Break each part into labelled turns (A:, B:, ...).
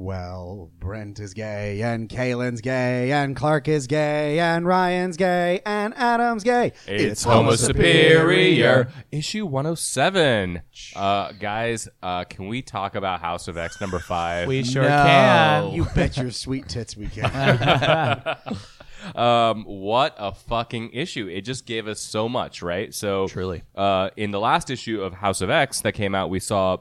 A: Well, Brent is gay, and Kaylin's gay, and Clark is gay, and Ryan's gay, and Adam's gay.
B: It's Homo Superior, issue 107. Uh, guys, uh, can we talk about House of X number five?
C: We sure
A: No.
C: can.
A: You bet your sweet tits we can.
B: um, what a fucking issue! It just gave us so much, right? So
C: Truly.
B: uh, in the last issue of House of X that came out, we saw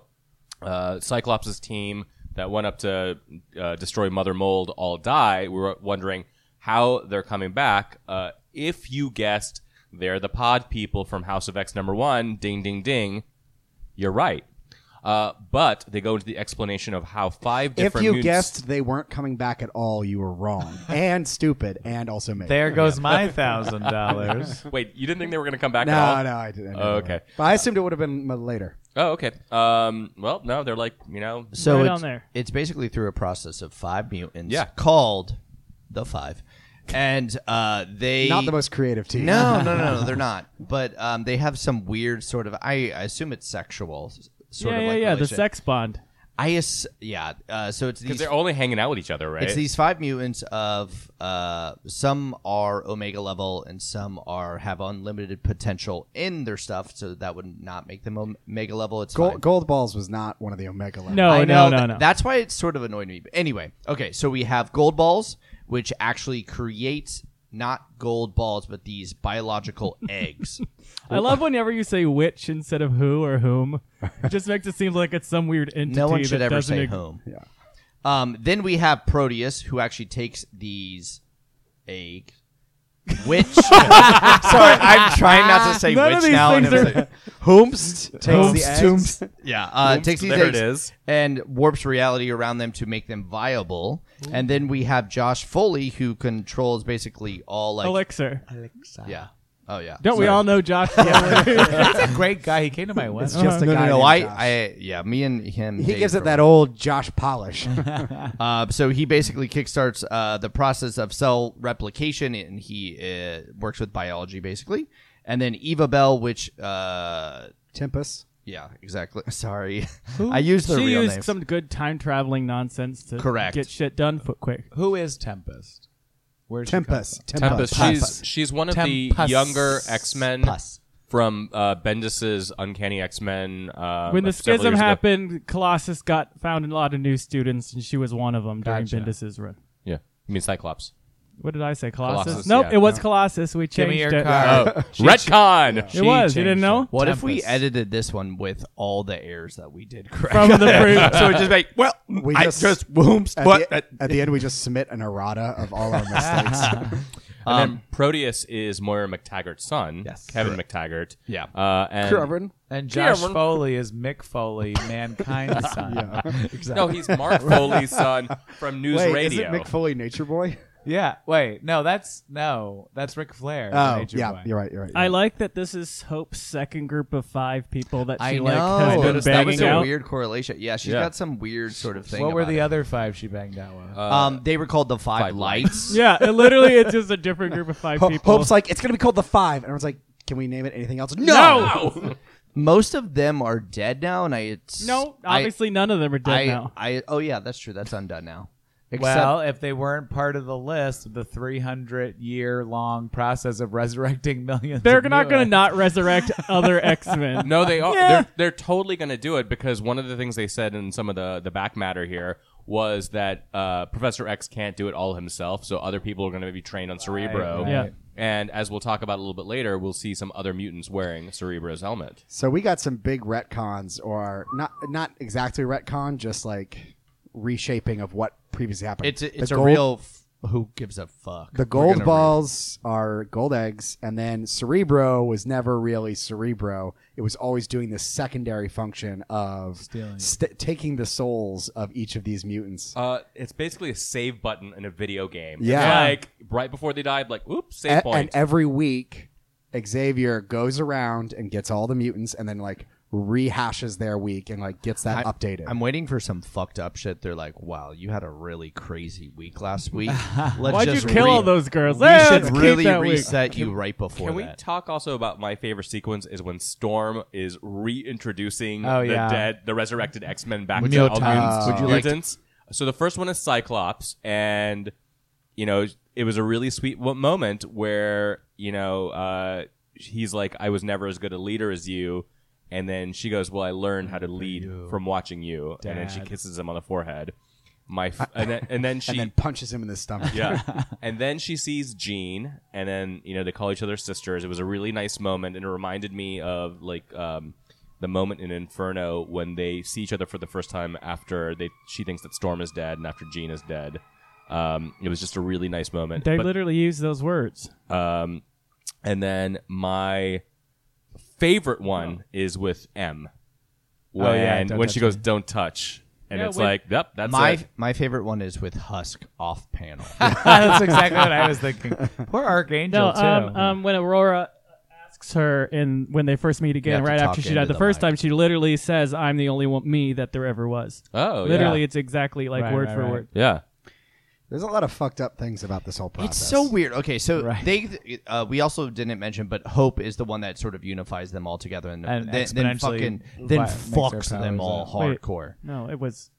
B: uh, Cyclops' team that went up to uh, destroy Mother Mold all die. We were wondering how they're coming back. Uh, if you guessed they're the Pod people from House of X number one, ding ding ding, you're right. Uh, but they go into the explanation of how five
A: if
B: different
A: you
B: mutants-
A: guessed they weren't coming back at all, you were wrong and stupid and also me.
C: There goes my thousand dollars.
B: Wait, you didn't think they were going to come back at all?
A: No, no, I didn't. I didn't
B: Oh, Okay.
A: know. but I assumed it would have been m- later.
B: Oh, okay. Um, well, no, they're like, you know,
D: So
C: Right
D: it's,
C: on there.
D: it's basically through a process of five mutants
B: Yeah.
D: called the Five. And uh, they
A: Not the most creative team.
D: No, no, no, no, they're not. But um, they have some weird sort of I, I assume it's sexual s- sort
C: yeah,
D: of
C: yeah,
D: like
C: yeah. The
D: relation.
C: sex bond.
D: I ass- yeah, uh, so it's
B: because
D: these
B: they're only hanging out with each other, right?
D: It's these five mutants of uh, some are omega level and some are have unlimited potential in their stuff, so that would not make them omega level. It's
A: Gold,
D: fine.
A: Gold Balls was not one of the Omega levels.
C: No,
D: I
C: Oh, no,
D: know
C: no,
D: that-
C: no.
D: That's why it sort of annoyed me. But anyway, okay, so we have gold balls, which actually creates not gold balls, but these biological eggs.
C: I love whenever you say which instead of who or whom. It just makes it seem like it's some weird entity.
D: No one should
C: that
D: ever
C: doesn't
D: say
C: ex-
D: whom.
A: Yeah.
D: Um, then we have Proteus, who actually takes these egg. Which sorry, I'm trying not to say
C: None of
D: which
C: these
D: now. and
C: things
D: I'm
C: are-
D: saying-
A: Whomst takes the
C: Whomst.
A: eggs.
D: Yeah, uh,
B: Oops,
D: takes these
B: there it
D: eggs
B: is.
D: and warps reality around them to make them viable. And then we have Josh Foley, who controls basically all like
C: Elixir.
D: yeah. Oh yeah.
C: Don't we all know Josh? Uh-huh.
E: He's a great guy. He came to my wedding.
A: Just a
D: No,
A: guy
D: no, no.
A: named
D: I,
A: Josh.
D: I, yeah, me and him.
A: He
D: they
A: gives it
D: pro-
A: that old Josh polish.
D: Uh, so he basically kickstarts uh, the process of cell replication, and he uh, works with biology basically. And then Eva Bell, which, uh,
A: Tempest.
D: yeah, exactly. Sorry, I used the
C: she
D: real
C: used
D: name.
C: some good time traveling nonsense to
D: Correct.
C: get shit done fo- quick.
E: Who is Tempest? Where's
A: Tempest.
B: Tempest.
A: Tempest.
B: She's she's one of the
E: Tempest.
B: younger X Men
D: Pus.
B: from uh, Bendis's Uncanny X Men. Um,
C: when
B: several
C: the schism
B: years ago.
C: happened, Colossus got found a lot of new students, and she was one of them during
E: Gotcha.
C: Bendis's run.
B: yeah, you mean Cyclops?
C: What did I say? Colossus?
B: Colossus,
C: nope,
B: yeah,
C: it was
B: no.
C: Colossus. We
E: Give
C: changed
E: me your
C: it.
E: card.
B: Oh, Retcon.
C: It was. You didn't know?
D: What if we edited this one with all the errors that we did correct?
C: From the proof.
D: so it just like, well,
A: We
D: I
A: just-
D: just, whoops.
A: At,
D: What?
A: the, at the end, we just submit an errata of all our mistakes.
B: And then Proteus is Moira McTaggart's son.
E: Yes.
B: Kevin McTaggart.
D: Yeah.
B: Uh, and
A: Corbin.
E: And Josh
B: Cameron.
E: Foley is Mick Foley, mankind's son. yeah.
B: no, he's Mark Foley's son from News
A: Wait, is
B: Radio.
A: it Mick Foley Nature Boy?
E: Wait. No, that's no. That's Ric Flair.
A: Oh,
E: Nature
A: yeah,
E: Boy.
A: you're right, you're right.
C: I like that this is Hope's second group of five people that
D: I
C: she
D: know.
C: like has been
B: noticed that was
C: banging
D: was a
C: out.
D: weird correlation. Yeah, she's
B: Yeah.
D: got some weird sort of thing.
E: What were
D: about
E: the
D: it.
E: other five she banged out with?
D: Um, they were called the Five,
B: Five
D: Lights.
C: Yeah, it literally it's just a different group of five
A: Ho-
C: people.
A: Hope's like, it's going to be called The Five. And I was like, can we name it anything else?
B: no.
D: Most of them are dead now, and I. It's,
C: no,
D: I-
C: obviously none of them are dead
D: I,
C: now.
D: I, oh yeah, that's true. That's undone now. Except,
E: well, if they weren't part of the list, the 300 year long process of resurrecting millions.
C: They're
E: of
C: not going to
E: humans.
C: not resurrect other X Men.
B: No, they are.
C: Yeah.
B: They're, they're totally going to do it because one of the things they said in some of the, the back matter here was that uh, Professor X can't do it all himself, so other people are going to be trained on Cerebro.
E: right.
C: Yeah.
B: And as we'll talk about a little bit later, we'll see some other mutants wearing Cerebro's helmet.
A: So we got some big retcons, or not not exactly retcon, just like reshaping of what previously happened.
D: It's a, it's
A: the
D: a
A: gold,
D: real. F- who gives a fuck?
A: The
D: We're
A: gold
D: gonna
A: balls are gold eggs, and then Cerebro was never really Cerebro. It was always doing this secondary function of
E: Stealing.
A: st- taking the souls of each of these mutants.
B: Uh, it's basically a save button in a video game. It's
A: Yeah.
B: like right before they died, like, oops, save
A: A-
B: point.
A: And every week, Xavier goes around and gets all the mutants, and then like rehashes their week and like gets that
D: I-
A: updated.
D: I'm waiting for some fucked up shit. They're like, "Wow, you had a really crazy week last week. Let's
C: Why'd you
D: just
C: kill
D: re-
C: all those girls?
D: We
C: Let's
D: should
C: keep
D: really
C: that week.
D: reset you right before
B: Can we
D: that."
B: talk also about my favorite sequence is when Storm is reintroducing
E: Oh,
B: the
E: yeah.
B: dead, the resurrected X Men back
E: Would
B: to
E: you-
B: all
E: uh,
B: mutants.
D: would you like to-
B: mutants. So the first one is Cyclops, and you know it was a really sweet wo- moment where you know uh, he's like, "I was never as good a leader as you," and then she goes, "Well, I learned how to lead from watching you," and then she
E: Dad.
B: kisses him on the forehead. My f- and, then, and then she
A: and then punches him in the stomach.
B: yeah. and then she sees Jean, and then you know they call each other sisters. It was a really nice moment, and it reminded me of like um, the moment in Inferno when they see each other for the first time after they she thinks that Storm is dead, and after Jean is dead. Um, it was just a really nice moment.
C: They
B: But-
C: literally use those words.
B: um, and then my favorite one is with M. When,
E: Oh, yeah, don't
B: when she
E: touch
B: goes, "Don't touch," and
C: Yeah,
B: it's
C: when-
B: like, "Yep, that's
D: my
B: it."
D: my favorite one is with Husk off panel.
E: That's exactly what I was thinking. Poor
C: No,
E: Archangel too.
C: um, um, when Aurora asks her, and when they first meet again,
D: have to
C: right
D: talk
C: after she
D: into
C: died the
D: the
C: first
D: mic.
C: time, she literally says, "I'm the only one me that there ever was."
B: Oh,
C: literally, it's exactly like
E: Right,
C: word
E: right,
C: for
E: right.
C: word.
B: yeah,
A: There's a lot of fucked up things about this whole process.
D: It's so weird. Okay, so
E: Right.
D: they uh, we also didn't mention, but hope is the one that sort of unifies them all together, and,
E: And
D: then, then
E: exponentially
D: fucking then
E: vi- makes their
D: fucks them
E: powers
D: all
E: up.
C: Wait.
D: hardcore.
C: No, it was.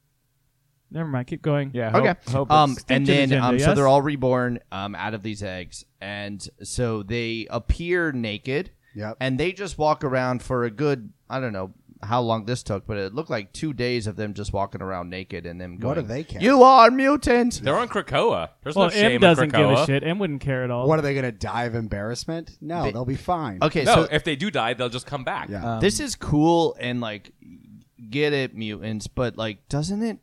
C: Never mind. Keep going.
E: yeah.
D: Okay.
E: Hope, hope
D: um,
E: it's-
D: and
C: Extinction
D: then
C: agenda,
D: um, so
C: yes?
D: they're all reborn um, out of these eggs, and so they appear naked.
A: Yep.
D: And they just walk around for a good I don't know how long this took, but it looked like two days of them just walking around naked and them going.
A: What do they care?
D: You are mutant.
B: they're on Krakoa. There's
C: Well,
B: no shame
C: M doesn't
B: in
C: give
B: Krakoa.
C: a shit. M wouldn't care at all.
A: What are they going to die of embarrassment? No, they, will be fine.
D: Okay,
B: No,
D: so
B: if they do die, they'll just come back.
A: Yeah.
D: this is cool and like get it mutants but like doesn't it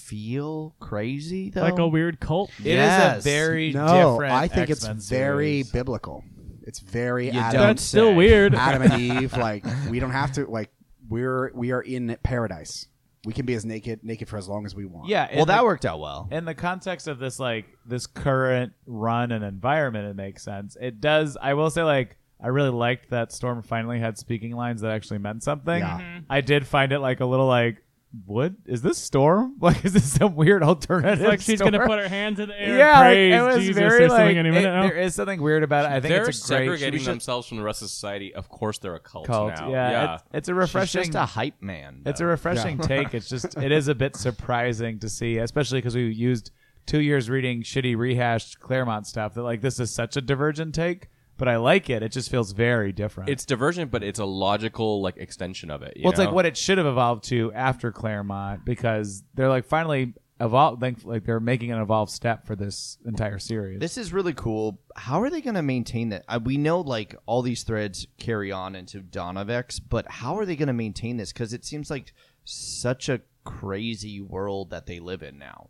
D: feel crazy though
E: oh,
C: like a weird cult.
E: It is
D: Yes.
E: a very
A: No,
E: different.
A: I think
E: X-Men
A: it's very
E: series.
A: biblical. It's very
D: You
A: Adam,
D: don't
C: That's still
D: say.
C: weird.
A: Adam and Eve. Like we don't have to. Like we're we are in paradise. We can be as naked naked for as long as we want.
E: Yeah.
D: well
E: in the-
D: that worked out well
E: in the context of this like this current run and environment it makes sense it does i will say like i really liked that storm finally had speaking lines that actually meant something
A: Yeah.
C: Mm-hmm.
A: Mhm.
E: i did find it like a little like what is this storm like is this some weird alternative
C: It's like she's
E: storm?
C: gonna put her hands in the air.
E: yeah like,
C: and praise
E: it was
C: Jesus
E: very
C: or something
E: like
C: any
E: it-
C: minute. now.
E: there is something weird about it i think
B: they're
E: it's a great
B: segregating
E: she was just
B: themselves from the rest of society. Of course, they're a cult,
E: cult
B: now.
E: yeah, It's, it's a refreshing
D: She's just a hype man
E: It's a
D: though.
E: refreshing take. It's just it is a bit surprising to see, especially because we used two years reading shitty rehashed Claremont stuff. That like this is such a divergent take, but I like it. It just feels very different.
B: It's diversion, but it's a logical like extension of it. you
E: well, it's
B: know?
E: like what it should have evolved to after Claremont because they're like finally evolved. Like, like they're making an evolved step for this entire series.
D: this is really cool how are they going to maintain that uh, we know like all these threads carry on into dawn of x but how are they going to maintain this because it seems like such a crazy world that they live in now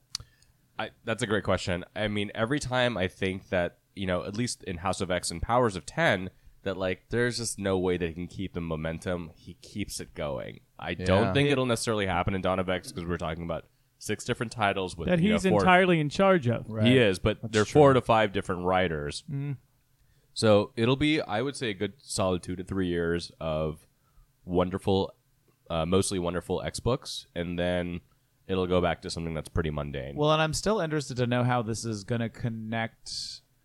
B: I, that's a great question. I mean, every time I think that you know, at least in House of X and Powers of Ten, that like there's just no way that he can keep the momentum. He keeps it going. I don't think it'll necessarily happen in Dawn of X because we're talking about six different titles with
C: that
B: you know,
C: he's
B: four-
C: entirely in charge of.
B: He is, but there are four to five different writers.
E: Mm.
B: So it'll be, I would say, a good solid two to three years of wonderful, uh, mostly wonderful X books, and then it'll go back to something that's pretty mundane.
E: Well, and I'm still interested to know how this is going to connect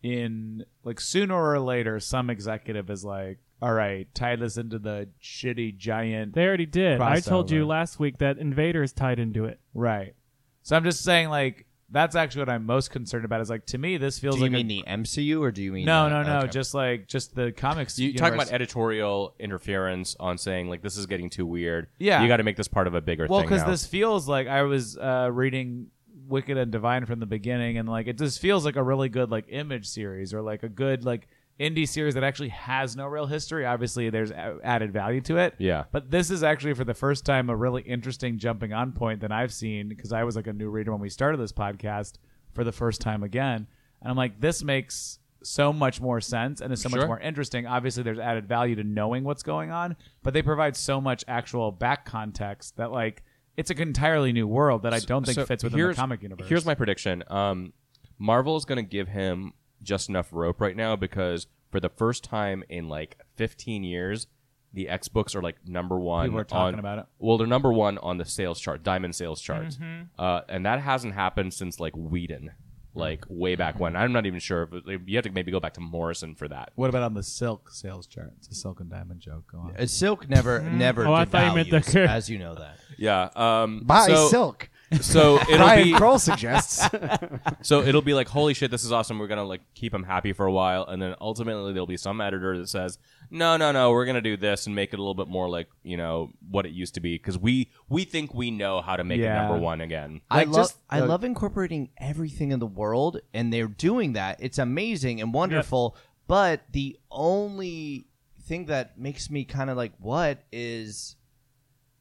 E: in like sooner or later. Some executive is like, "All right, tie this into the shitty giant."
C: They already did. I told you
E: Crossover.
C: last week that Invader is tied into it.
E: Right. So I'm just saying, like, that's actually what I'm most concerned about. Is like to me, this feels
D: do you
E: like
D: mean
E: a,
D: the mcu or do you mean
E: no,
D: the-
E: no, no,
D: okay.
E: just like just the comics.
B: you talk about
E: universe.
B: editorial interference on saying like this is getting too weird.
E: Yeah.
B: you got to make this part of a bigger
E: well
B: thing.
E: because
B: now.
E: this feels like I was uh, reading Wicked and Divine from the beginning, and like it just feels like a really good like image series or like a good like indie series that actually has no real history. Obviously, there's a- added value to it.
B: Yeah.
E: but this is actually for the first time a really interesting jumping on point that I've seen because I was like a new reader when we started this podcast for the first time again, and I'm like this makes so much more sense and is so
B: Sure.
E: much more interesting. Obviously, there's added value to knowing what's going on, but they provide so much actual back context that like it's an entirely new world that I don't think
B: So
E: fits within the
B: here's-
E: comic universe.
B: Here's my prediction: um, Marvel is going to give him just enough rope right now because for the first time in like 15 years, the X books are like number one.
E: People are talking
B: on-
E: about it.
B: Well, they're number one on the sales chart, diamond sales charts, uh, and that hasn't happened since like Whedon, like way back when. I'm not even sure. If, you have to maybe go back to Morrison for that.
E: what about on the silk sales chart? It's a silk and diamond joke. Go on.
D: Uh, silk never never
C: Oh, I thought you
D: devalues,
C: meant the-
D: as you know that
B: Yeah. Um,
A: Buy
B: so-
A: silk.
B: So it'll
A: Brian
B: be
A: Kroll suggests.
B: so it'll be like holy shit, this is awesome. We're gonna like keep them happy for a while, and then ultimately there'll be some editor that says, no, no, no, we're gonna do this and make it a little bit more like you know what it used to be because we we think we know how to make
E: Yeah.
B: it number one again.
D: I
A: Like,
D: love
A: just
D: I
A: the-
D: love incorporating everything in the world, and they're doing that. It's amazing and wonderful. But the only thing that makes me kind of like what is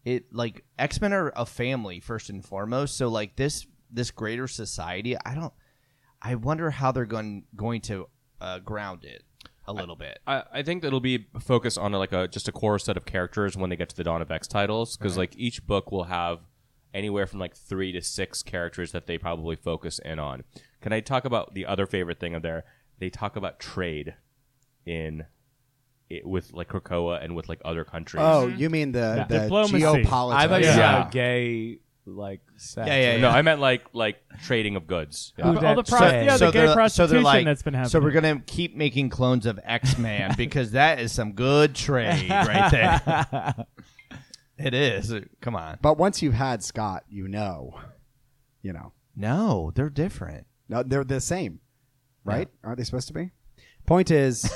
D: it like X Men are a family first and foremost. So like this this greater society, I don't. I wonder how they're going going to uh, ground it a little bit.
B: I, I think that'll be focused on like a just a core set of characters when they get to the Dawn of X titles because like each book will have anywhere from like three to six characters that they probably focus in on. Can I talk about the other favorite thing of there? They talk about trade in it with like Krakoa and with like other countries.
A: oh, you mean the, the
C: Diplomacy.
A: geopolitics?
E: I thought you
B: Yeah.
E: said
B: Yeah.
E: a gay like sex.
B: No, I meant like like trading of goods. Yeah.
C: All the pro-
E: Uh, So-
C: yeah, the gay
D: they're-
C: prostitution
D: they're like-
C: that's been happening.
D: So we're gonna keep making clones of X Man because that is some good trade right there. it is. Come on.
A: But once you've had Scott, you know, you know,
D: No, they're different.
A: no, they're the same, right? Aren't they supposed to be? Point is,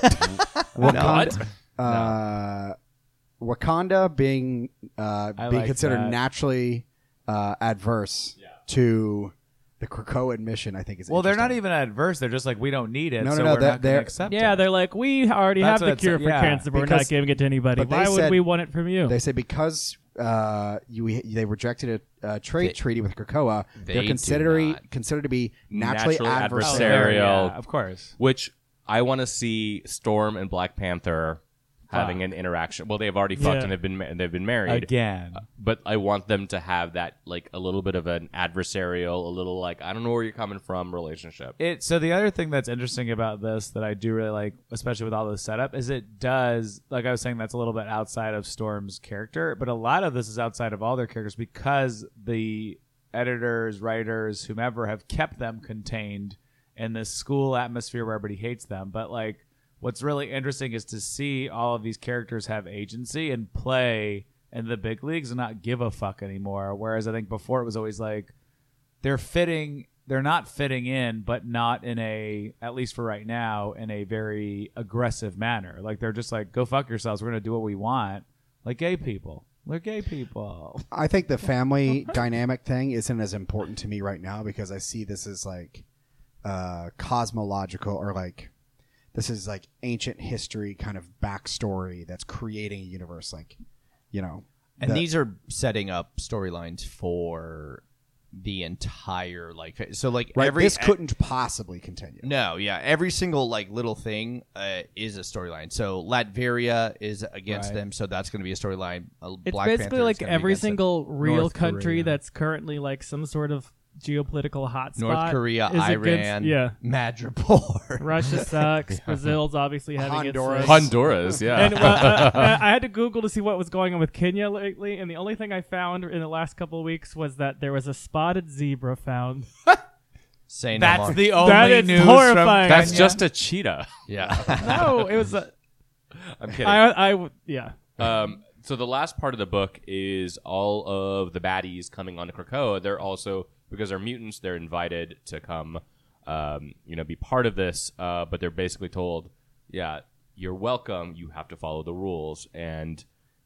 A: Wakanda, uh, Wakanda being uh,
E: I
A: being
E: like
A: considered
E: that.
A: naturally uh, adverse to the Krakoan mission. I think is
E: Well, they're not
A: interesting.
E: even adverse. They're just like we don't need it.
A: No, no,
E: so
A: no,
E: We're
A: they're-
E: not gonna
A: they're-
E: accept
C: yeah,
E: it.
C: they're like, we already have
E: That's what
C: the
E: it's-
C: cure for
E: yeah.
C: cancer, but we're
A: Because-
C: not giving it to anybody.
A: but they
C: Why would
A: said-
C: we want it from you?
A: They say because uh, you they rejected a, a trade treaty with Krakoa,
D: they
A: they're
D: do
A: considered
D: not.
A: considered to be naturally,
B: Natural
E: Oh,
B: adversary.
A: adversarial.
E: they're-
B: Serial.
E: yeah, of course.
B: which I want to see Storm and Black Panther having an interaction. Well, they've already fucked
C: Yeah.
B: and they've been ma- they've been married.
E: Again,
B: but I want them to have that like a little bit of an adversarial, a little like I don't know where you're coming from relationship.
E: it. So the other thing that's interesting about this that I do really like, especially with all the setup, is it does. Like I was saying, that's a little bit outside of Storm's character, but a lot of this is outside of all their characters because the editors, writers, whomever have kept them contained in this school atmosphere where everybody hates them. But like, what's really interesting is to see all of these characters have agency and play in the big leagues and not give a fuck anymore. Whereas I think before it was always like they're fitting they're not fitting in but not in a at least for right now in a very aggressive manner like they're just like go fuck yourselves we're gonna do what we want like gay people they're gay people
A: I think the family dynamic thing isn't as important to me right now because I see this as like uh, cosmological or like this is like ancient history kind of backstory that's creating a universe. Like, you know,
D: And
A: the-
D: these are setting up storylines for the entire like so like
A: right,
D: every e,
A: this couldn't possibly continue.
D: No, yeah. Every single like little thing uh, is a storyline. So Latveria is against
E: Right.
D: them, so that's going to be a storyline. Uh,
C: it's
D: Black
C: basically
D: Panther is
C: like
D: gonna be
C: every
D: against them.
C: single real
E: North
C: country
E: Korea.
C: that's currently like some sort of geopolitical hotspot.
D: North Korea,
C: is
D: Iran,
C: against- yeah.
D: Madripoor.
C: Russia sucks. Brazil's obviously having
A: Honduras.
C: its
B: Honduras, yeah.
C: and well, uh, uh, I had to Google to see what was going on with Kenya lately, and the only thing I found in the last couple of weeks was that there was a spotted zebra found.
D: Say no
E: that's
D: more.
E: the only
C: That is
E: news
C: horrifying.
B: That's
C: Kenya.
B: just a cheetah.
D: yeah.
C: No, it was. A,
B: I'm kidding.
C: I, I, yeah.
B: um, so the last part of the book is all of the baddies coming onto Krakoa. They're also because they're mutants. They're invited to come, um, you know, be part of this. Uh, but they're basically told, "Yeah, you're welcome. You have to follow the rules." And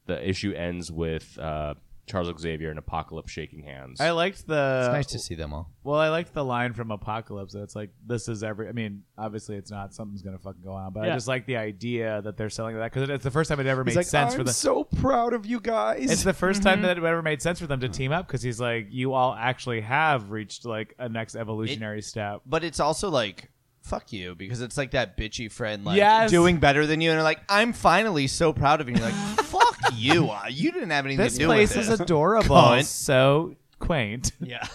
B: the issue ends with uh, Charles Xavier and Apocalypse shaking hands.
E: from- i liked the
D: It's nice to see them all.
E: well i liked the line from apocalypse that it's like this is every i mean obviously it's not something's gonna fucking go on but i
C: Yeah.
E: just like the idea that they're selling that because it's the first time it ever made sense for the
A: so proud of you guys.
E: It's Mm-hmm. the 1st time that it ever made sense for them to team up because he's like, you all actually have reached like a next evolutionary step.
D: But it's also like fuck you because it's like that bitchy friend like
E: Yes.
D: doing better than you and they're like I'm finally so proud of you. And you're like fuck you. Uh, you didn't have anything
E: This
D: to do
E: place
D: with
E: is
D: this.
E: adorable,
D: Cunt.
E: so quaint.
D: yeah.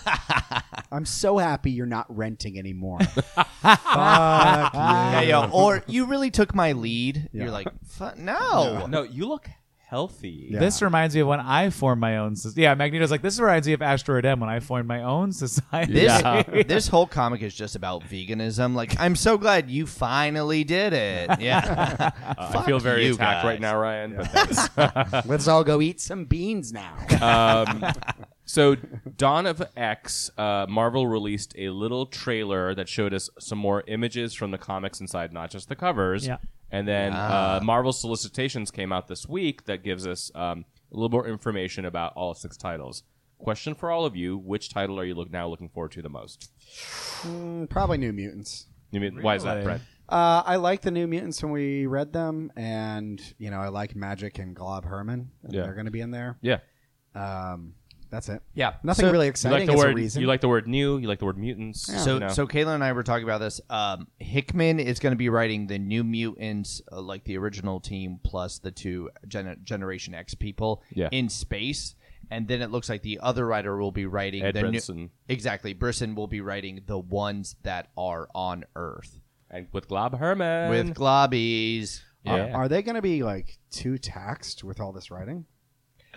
A: I'm so happy you're not renting anymore. Fuck
D: Yeah,
A: you.
D: yo, or you really took my lead.
A: Yeah.
D: You're like fuck no.
B: no, you look healthy.
A: Yeah.
E: This reminds me of when I formed my own. soc- Yeah, Magneto's like this reminds me of Asteroid M when I formed my own society.
D: This this whole comic is just about veganism. Like, I'm so glad you finally did it. Yeah,
B: Uh, I
D: Fuck
B: feel very
D: you
B: attacked
D: guys.
B: right now, Ryan. But
A: Let's all go eat some beans now.
B: Um, So, Dawn of X, uh, Marvel released a little trailer that showed us some more images from the comics inside, not just the covers.
C: Yeah.
B: And then
A: Ah.
B: uh, Marvel solicitations came out this week that gives us um, a little more information about all six titles. Question for all of you: Which title are you look, now looking forward to the most?
A: Mm, probably New Mutants.
B: You mean, Why is that,
E: Really?
B: Brett?
A: Uh, I like the New Mutants when we read them, and you know I like Magic and Glob Herman. And
B: Yeah.
A: They're going to be in there.
B: Yeah,
A: Um, that's it.
B: yeah.
A: Nothing really
B: You like
A: exciting
B: the
A: is
B: word.
A: a reason.
B: You like the word new. You like the word mutants.
D: So,
B: you know.
D: so Kayla and I were talking about this. Um, Hickman is going to be writing the New Mutants, uh, like the original team, plus the two Gen- Generation X people
B: Yeah.
D: in space. And then it looks like the other writer will be writing
B: Ed
D: the new-
B: Brisson.
D: exactly. Brisson will be writing the ones that are on Earth
B: and with Glob Herman. Oh,
D: with globbies.
A: Are-
B: yeah.
A: Are, they going to be like too taxed with all this writing?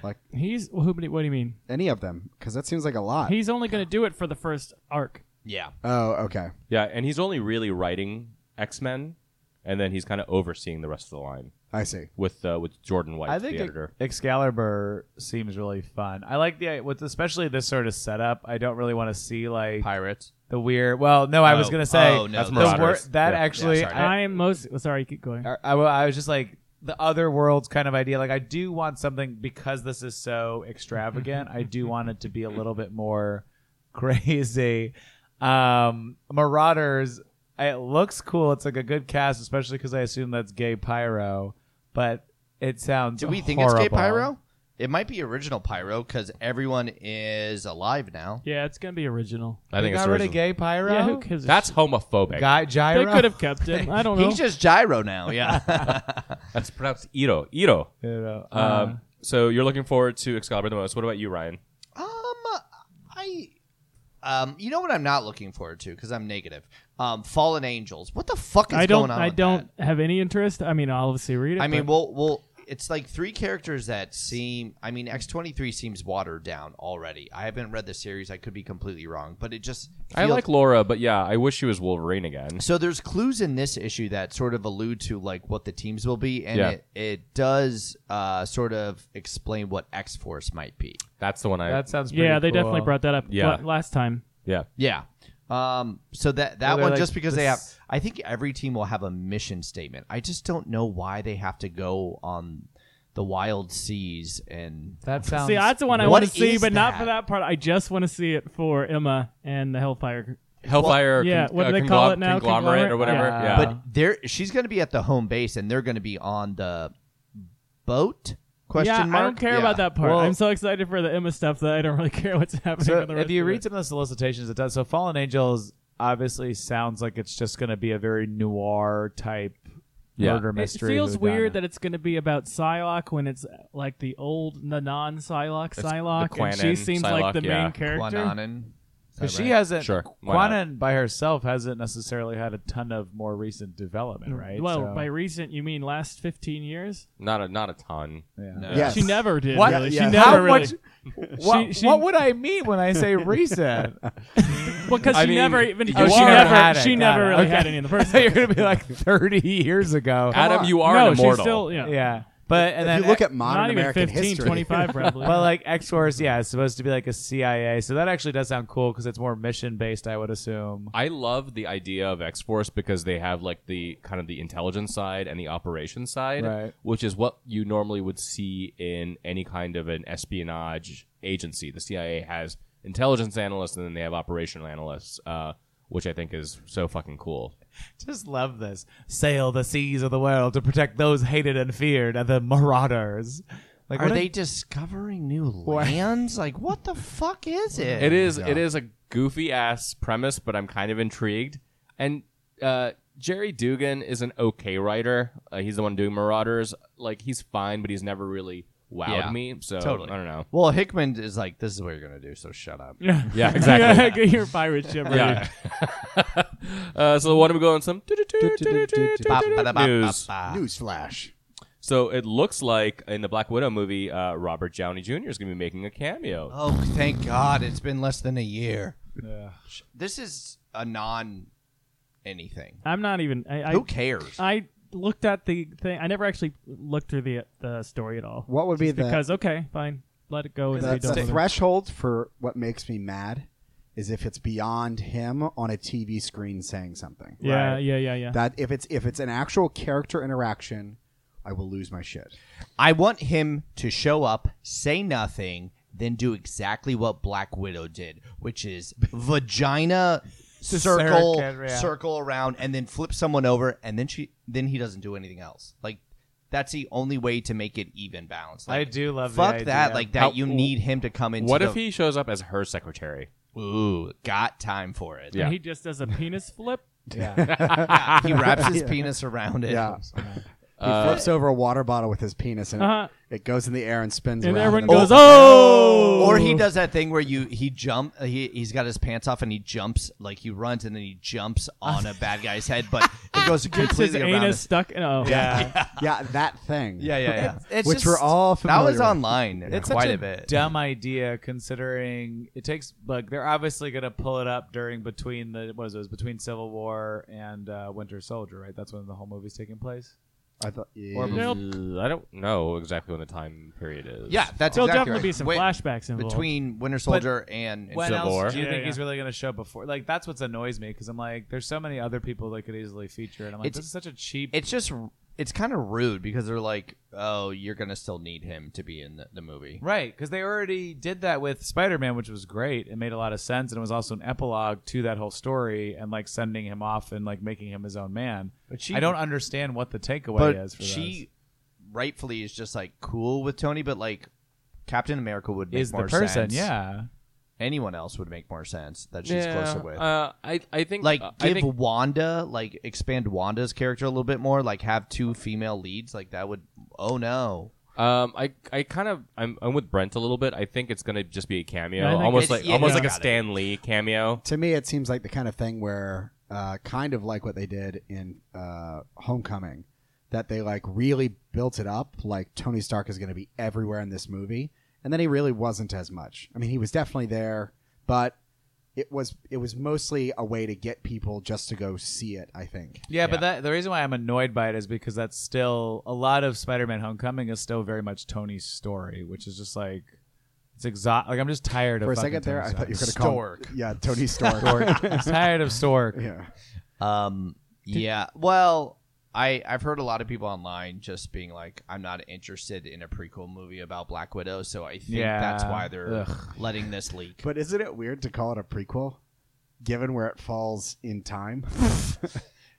A: Like
C: He's who? What do you mean?
A: any of them? Because that seems like a lot.
C: He's only going to do it for the first arc.
D: Yeah,
A: oh, okay.
B: Yeah, and he's only really writing X Men, and then he's kind of overseeing the rest of the line
A: I see.
B: with uh, with Jordan White,
E: I think E-,
B: the editor.
E: Excalibur seems really fun. I like the with especially this sort of setup. I don't really want to see like
D: pirates.
E: the weird. Well, no, I was
D: Oh,
E: gonna say
D: oh, no,
E: that's
D: that's
E: the wor-
B: Marauders.
E: that
B: Yeah.
E: actually.
D: Yeah, sorry.
E: I,
C: I'm most sorry. Keep going.
E: I, I, I was just like the other worlds kind of idea. Like I do want something because this is so extravagant. I do want it to be a little bit more crazy. Um, Marauders. It looks cool. It's like a good cast, especially because I assume that's gay pyro. But it sounds.
D: Do we think it's gay
E: horrible.
D: pyro? It might be original pyro because everyone is alive now.
C: yeah, it's going to be original.
B: I think
E: they
B: it's
E: got rid of
B: original.
E: gay pyro.
C: Yeah, who cares?
B: That's homophobic.
E: Guy
C: they
E: gyro.
C: could have kept it. I don't know.
D: He's just gyro now. Yeah,
B: That's perhaps Ito. Ito.
E: You know,
B: Um, so you're looking forward to Excalibur the most. What about you, Ryan?
D: Um, I, um, you know what I'm not looking forward to because I'm negative. Um, Fallen Angels. What the fuck is
C: I don't.
D: going on?
C: I
D: with
C: don't have any interest. I mean, I'll obviously read it.
D: that? I mean,
C: but
D: we'll we'll. It's like three characters that seem. I mean, X23 seems watered down already. I haven't read the series. I could be completely wrong, but it just.
B: I
D: feels-
B: like Laura, but yeah, I wish she was Wolverine again.
D: So there's clues in this issue that sort of allude to like what the teams will be, and
B: Yeah.
D: it, it does uh, sort of explain what X Force might be.
B: That's the one I.
E: that sounds. Pretty
C: yeah, they
E: cool.
C: definitely brought that up.
B: Yeah.
C: la- last time.
B: yeah.
D: Yeah. Um, so that that
E: Well, they're
D: one,
E: like
D: just because they have,
E: this-
D: I think every team will have a mission statement. I just don't know why they have to go on the wild seas and
E: That sounds.
C: See, that's the one I
D: What
C: want to see,
D: is
C: but not for
D: that?
C: that part. I just want to see it for Emma and the Hellfire.
B: Hellfire.
C: yeah,
B: con-
C: what do
B: uh,
C: they call
B: conglom-
C: it now?
B: Conglomerate or whatever.
E: Yeah.
B: Yeah.
D: but they're she's going to be at the home base and they're going to be on the boat question
C: yeah,
D: mark
C: I don't care
D: Yeah.
C: about that part.
E: Well-
C: I'm so excited for the Emma stuff that I don't really care what's happening.
E: So
C: with the
E: if
C: rest
E: you
C: of
E: read
C: it.
E: some of the solicitations, it does. So Fallen Angels obviously sounds like it's just going to be a very noir type
B: Yeah.
E: murder
C: it
E: mystery.
C: feels weird that it's going to be about Psylocke when it's uh, like the old the non Psylocke
B: That's the
C: Psylocke, and she
B: Quanon
C: seems
B: Psylocke,
C: like the main
B: yeah.
C: character.
D: Guananan. Is that
E: because she
D: right?
E: hasn't.
B: Sure, why not?
E: Quanon by herself hasn't necessarily had a ton of more recent development, right?
C: Mm, Well,
E: So-
C: by recent you mean last 15 years?
B: not a not a ton.
E: yeah.
D: No.
A: Yes.
C: She never did.
E: What?
C: Really.
A: Yeah.
C: She never
E: How
C: really.
E: much? What,
C: She- she-
E: what would I mean when I say recent?
C: Because
B: I
C: she
B: mean,
C: never even she
E: Oh, she never had
C: never
E: it.
C: she
E: Got
C: never
E: it.
C: really
E: Okay.
C: had any in the first.
E: You're gonna be like 30 years ago.
B: Adam, you are
C: no,
B: an
C: she's
B: immortal.
C: still yeah.
E: Yeah, but and
A: If
E: then
A: you look at
C: Not
A: modern
C: even
A: American
C: 15,
A: history,
C: 25 probably.
E: But like X Force, yeah, it's supposed to be like a CIA, so that actually does sound cool because it's more mission based, I would assume.
B: I love the idea of X Force because they have like the kind of the intelligence side and the operations side,
E: Right.
B: which is what you normally would see in any kind of an espionage agency. The CIA has intelligence analysts and then they have operational analysts, uh, which I think is so fucking cool.
E: Just love this. Sail the seas of the world to protect those hated and feared, and the marauders. Like,
D: Are
E: what a-
D: they discovering new lands? like, what the fuck is it?
B: It is it is a goofy ass premise, but I'm kind of intrigued. And uh, Jerry Dugan is an okay writer. Uh, he's the one doing Marauders. Like he's fine, but he's never really wowed
D: Yeah,
B: me. So
D: totally.
B: I don't know.
D: Well, Hickman is like, this is what you're going to do, so shut up.
C: yeah.
B: Yeah, exactly.
C: Get your pirate ship ready.
B: Yeah. uh, so why don't we go on some news?
D: Ba-ba-da-ba-ba-ba.
A: Ah. newsflash.
B: So it looks like in the Black Widow movie, uh, Robert Downey Jr. is going to be making a cameo.
D: Oh, thank God. It's been less than a year.
E: Yeah.
D: This is a non anything.
C: I'm not even. I,
D: Who
C: I,
D: cares?
C: I looked at the thing. I never actually looked through the the story at all.
A: What would be the
C: because okay, fine. let it go and
A: the,
C: be done
A: the
C: with it.
A: threshold for what makes me mad is if it's beyond him on a TV screen saying something.
C: Yeah, yeah, yeah, yeah.
A: That if it's if it's an actual character interaction, I will lose my shit.
D: I want him to show up, say nothing, then do exactly what Black Widow did, which is vagina circle
E: circuit, yeah.
D: circle around and then flip someone over and then she then he doesn't do anything else. Like that's the only way to make it even balanced.
E: I
D: Like,
E: do love the
D: fuck that
E: idea.
D: like that
B: How-
D: you need him to come into
B: What
D: the,
B: if he shows up as her secretary?
D: ooh got time for it.
B: Yeah.
C: And he just does a penis flip.
D: he wraps his penis around it.
A: Yeah. He flips over a water bottle with his penis and it-
C: Uh, Uh-huh.
A: it goes in the air and spins
C: And
A: around.
C: everyone
A: then-
C: goes, oh!
D: Or he does that thing where you he jump uh, he he's got his pants off and he jumps like he runs and then he jumps on a bad guy's head, but it goes
C: Gets his
D: completely around.
C: anus
D: His,
C: stuck. in- Oh,
E: yeah.
A: Yeah, that thing.
D: yeah, yeah, yeah.
E: It's
A: Which
E: just-
A: we're all familiar
D: that was
A: with.
D: online
E: It's
D: quite
E: such
D: a, bit.
E: dumb idea considering it takes like they're obviously going to pull it up during between the what is it, it was between Civil War and uh, Winter Soldier, right? That's when the whole movie's taking place.
A: I thought, yeah.
E: Or-
C: Nope.
B: I don't know exactly when the time period is.
D: yeah, that's
C: There'll definitely
D: exactly right.
C: be some
D: Wait,
C: flashbacks involved.
D: between Winter Soldier and, and
E: when
B: Civil
E: else
B: War.
E: do you
C: Yeah,
E: think
C: yeah.
E: he's really going to show before? Like that's what's annoys me because I'm like, there's so many other people that could easily feature, and I'm like,
D: It's-
E: this is such a cheap.
D: It's just it's kind of rude because they're like, oh, you're gonna still need him to be in the, the movie.
E: Right, because they already did that with Spider-Man, which was great. It made a lot of sense, and it was also an epilogue to that whole story, and like sending him off and like making him his own man.
D: But she-
E: I don't understand what the takeaway is. For
D: she rightfully is just like cool with Tony, but like Captain America would
E: this.
D: make
E: is the
D: more
E: person,
D: sense.
E: yeah.
D: anyone else would make more sense that she's closer with.
B: Uh, I I think
D: like
B: uh, I
D: give
B: think,
D: Wanda, like expand Wanda's character a little bit more. Like have two female leads. Like that would. Oh no.
B: um I I kind of I'm, I'm with Brent a little bit. I think it's gonna just be a cameo,
C: Yeah, I think
B: almost
D: it's-
B: like
D: yeah,
B: almost
D: yeah.
B: like a
D: Got it.
B: Stan Lee cameo.
A: to me, it seems like the kind of thing where, uh, kind of like what they did in uh, Homecoming, that they like really built it up. Like Tony Stark is going to be everywhere in this movie, and then he really wasn't as much. I mean, he was definitely there, but it was it was mostly a way to get people just to go see it. I think.
E: yeah, But that the reason why I'm annoyed by it is because that's still a lot of Spider-Man: Homecoming is still very much Tony's story, which is just like it's exhaust. Like I'm just tired
A: For a
E: of fucking
A: second there, I
E: Tony
A: thought you were going
E: Stark.
A: to call yeah Tony Stark.
E: I'm tired of Stork.
A: yeah,
D: Um. Yeah. Well, I I've heard a lot of people online just being like, I'm not interested in a prequel movie about Black Widow, so I think
E: Yeah.
D: that's why they're
E: Ugh.
D: letting this leak.
A: but isn't it weird to call it a prequel, given where it falls in time?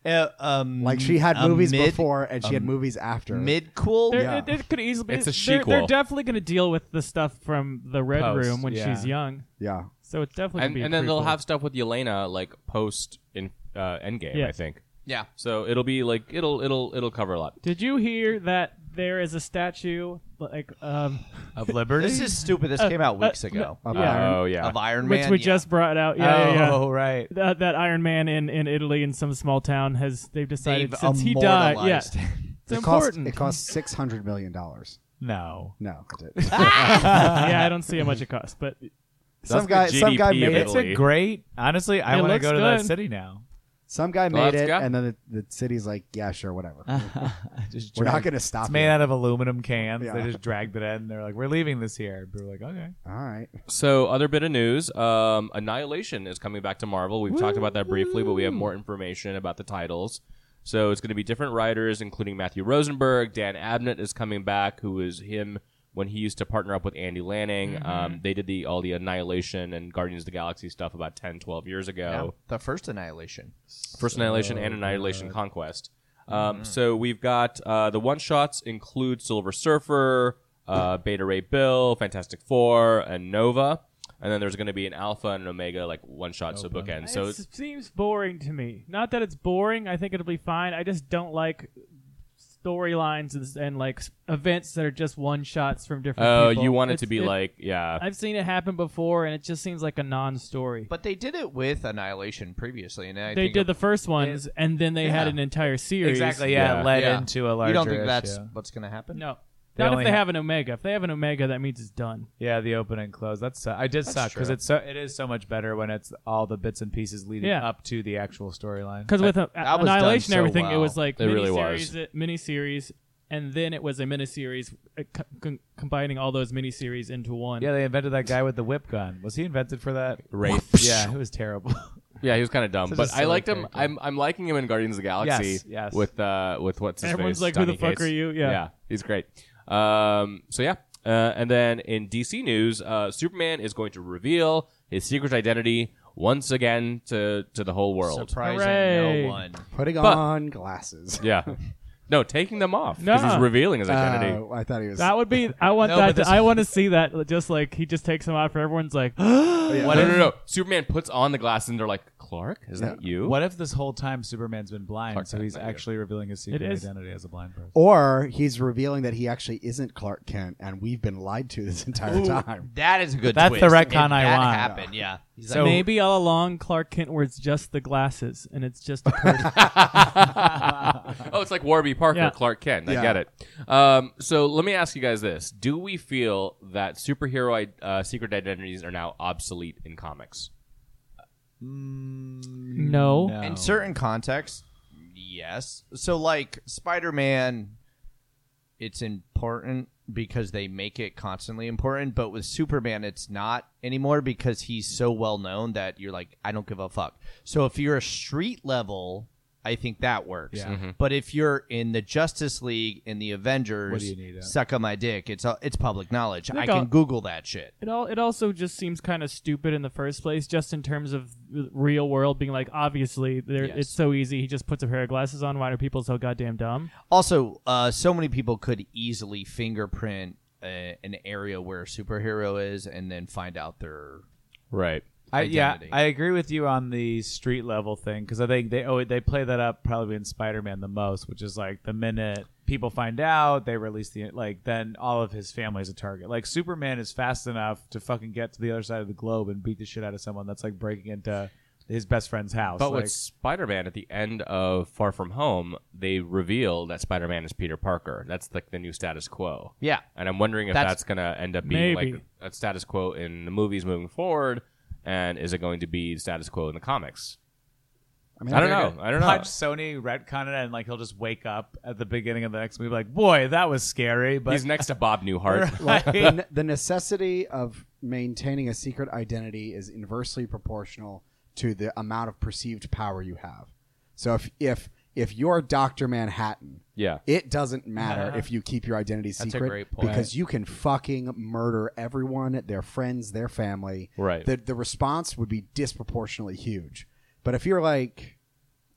D: Uh, um,
A: like she had
D: a
A: movies
D: mid-
A: before and she had movies after.
D: Midquel.
C: They're-
A: Yeah.
C: it, it could easily.
B: It's a
C: they're, they're
B: shequel.
C: definitely going to deal with the stuff from the Red
E: Post,
C: Room when
E: yeah.
C: she's young,
A: yeah.
C: so it's definitely.
B: And
C: gonna be a
B: and then they'll
C: prequel.
B: have stuff with Yelena like post in uh, Endgame.
C: Yeah.
B: I think
D: Yeah.
B: so. It'll be like it'll it'll it'll cover a lot.
C: Did you hear that there is a statue like um
E: of Liberty.
D: This is stupid. This came out weeks ago.
A: Of
C: Yeah.
A: Iron-
B: Oh yeah.
D: Of Iron Man,
C: Uh, which we
D: yeah.
C: just brought out? Yeah, yeah, yeah.
E: Oh right.
C: That, that Iron Man in, in Italy in some small town has they've decided
D: They've
C: since he died, yeah, it's
D: immortalized him.
A: it cost,
C: important.
A: it cost six hundred million dollars.
E: No.
A: No, it
C: yeah, I don't see how much it costs, but
A: some
B: the
A: guy, some guy
B: GDP of
A: made
E: It's
A: it.
B: Italy.
E: a great. Honestly, I
C: It
E: want to
C: looks
E: go to that
C: good.
E: city now.
A: Some guy
B: Well,
A: made
B: that's
A: it,
B: got-
A: and then the, the city's like, yeah, sure, whatever.
E: Just
A: We're not
E: drag-
A: going to stop.
E: It's
A: you.
E: made out of aluminum cans.
A: Yeah.
E: They just dragged it in. and They're like, "We're leaving this here." People were like, "Okay."
A: All right.
B: So, other bit of news: um, Annihilation is coming back to Marvel. We've talked about that briefly, but we have more information about the titles. So, it's going to be different writers, including Matthew Rosenberg. Dan Abnett is coming back, who is him when he used to partner up with Andy Lanning.
D: Mm-hmm.
B: Um, they did the all the Annihilation and Guardians of the Galaxy stuff about 10, 12 years
D: Yeah.
B: ago.
D: The first Annihilation.
B: First Annihilation and Annihilation Conquest. Um, So we've got uh, the one shots include Silver Surfer, uh, Beta Ray Bill, Fantastic Four, and Nova. And then there's going to be an Alpha and an Omega like one shot, so bookend. So
C: it seems boring to me. Not that it's boring. I think it'll be fine. I just don't like storylines and, and like s- events that are just one shots from different.
B: oh,
C: people.
B: you want it
C: It's-
B: to be like yeah,
C: I've seen it happen before, and it just seems like a non-story.
D: But they did it with Annihilation previously, and I
C: they
D: think
C: did the first ones, and then they had
D: Yeah.
C: an entire series.
E: Exactly. Yeah.
B: Yeah.
E: It led
D: Yeah.
E: into a larger.
D: You don't think that's
E: issue.
D: what's going to happen?
C: No.
E: They
C: Not
E: only
C: if they
E: ha-
C: have an omega. If they have an omega, that means it's done.
E: Yeah, the open and close. That's uh, I did suck because
D: true.
E: it's so it is so much better when it's all the bits and pieces leading
C: Yeah.
E: up to the actual storyline.
C: Because with a,
D: that was done
C: annihilation,
D: so
C: everything it
D: well.
C: was like uh,
B: It really
C: miniseries, miniseries, and then it was a miniseries uh, co- con- combining all those miniseries into one.
E: Yeah, they invented that guy with the whip gun. Was he invented for that?
B: Wraith.
E: Yeah, it was terrible.
B: Yeah, he was kind of dumb,
E: Such a
B: but I
E: silly
B: liked him.
E: character.
B: I'm I'm liking him in Guardians of the Galaxy.
E: Yes, yes.
B: With uh, with what's his
C: Everyone's
B: face?
C: like, who the
B: Donny
C: fuck
B: Cates.
C: are you? Yeah.
B: yeah, he's great. Um, so yeah, uh, and then in DC news, uh, Superman is going to reveal his secret identity once again to to the whole world.
D: Surprising
C: Hooray.
D: no one.
A: Putting
B: But-
A: on glasses.
B: Yeah, no, taking them off
C: No.
B: because he's revealing
C: Uh,
B: his identity.
A: Oh, I thought he was.
C: That would be. I want
E: No,
C: that.
E: but
C: To,
E: this-
C: I want to see that. Just like he just takes them off, and everyone's like,
A: yeah.
B: no, no, no. Superman puts on the glasses and they're like, Clark, is that you?
E: what if this whole time Superman's been blind,
B: Clark
E: so
B: Kent,
E: he's
B: thank you.
E: actually revealing his secret
C: is.
E: identity as a blind person?
A: Or he's revealing that he actually isn't Clark Kent, and we've been lied to this entire time.
D: That is a good.
E: That's the
D: twist.
E: retcon
D: If
E: I
D: that
E: want.
D: Happened, yeah. He's
E: So-
D: like,
C: maybe all along Clark Kent wears just the glasses, and it's just a curse.
B: oh, it's like Warby Parker,
C: Yeah.
B: Clark Kent. I
A: Yeah.
B: get it. Um, so let me ask you guys this: Do we feel that superhero i- uh, secret identities are now obsolete in comics?
C: no.
E: Mm, No.
D: in certain contexts, yes. So like Spider-Man, it's important because they make it constantly important. But with Superman, it's not anymore because he's so well known that you're like, I don't give a fuck. So if you're a street level. I think that works,
E: Yeah.
D: but if you're in the Justice League in the Avengers,
E: What do you need uh? it?
D: suck on my dick. It's uh, it's public knowledge. I
C: think
D: can
C: I'll-
D: Google that shit.
C: It all it also just seems kind of stupid in the first place, just in terms of the real world being like, obviously, there
B: Yes.
C: it's so easy. He just puts a pair of glasses on. Why are people so goddamn dumb?
D: Also, uh, so many people could easily fingerprint uh, an area where a superhero is and then find out their.
B: Right.
E: I, yeah,
D: identity.
E: I agree with you on the street level thing because I think they oh they play that up probably in Spider Man the most, which is like the minute people find out they release the like then all of his family is a target. Like Superman is fast enough to fucking get to the other side of the globe and beat the shit out of someone that's like breaking into his best friend's house.
B: But
E: like,
B: with Spider-Man at the end of Far From Home, they reveal that Spider-Man is Peter Parker. That's like the new status quo.
D: Yeah.
B: And I'm wondering if that's,
D: That's-
B: going to end up being like
C: Maybe.
B: a status quo in the movies moving forward, and is it going to be status quo in the comics?
A: mean,
B: I don't know. I don't know.
E: Watch Sony retcon it and like he'll just wake up at the beginning of the next movie like boy that was scary. But
B: He's next to Bob Newhart.
A: Like, the, ne- the necessity of maintaining a secret identity is inversely proportional to the amount of perceived power you have. So if if if you're Doctor Manhattan,
B: yeah.
A: it doesn't matter if you keep your identity
D: Uh-huh. a
A: secret
D: great point.
A: because you can fucking murder everyone, their friends, their family.
B: Right.
A: The the response would be disproportionately huge. But if you're like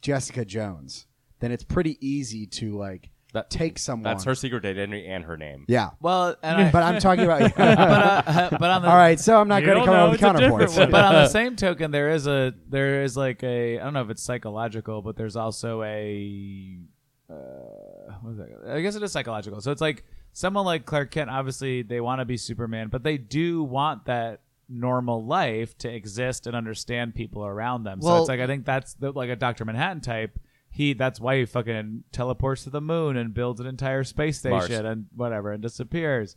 A: Jessica Jones, then it's pretty easy to like
B: That-
A: take someone.
B: That's her secret identity and her name.
A: Yeah.
E: well, and I,
A: But I'm talking about.
E: but on the
A: All right, so I'm not
C: You
A: going to
C: don't
A: come
C: know,
A: up with
C: it's a different
A: counterpoints.
C: one.
E: but on the same token, there is a there is like a I don't know if it's psychological, but there's also a uh, what is that? I guess it is psychological. So it's like someone like Clark Kent. Obviously, they want to be Superman, but they do want that normal life to exist and understand people around them. so
D: Well-
E: it's like I think that's the, like a Doctor Manhattan type. He that's why he fucking teleports to the moon and builds an entire space station
B: Mars.
E: and whatever and disappears.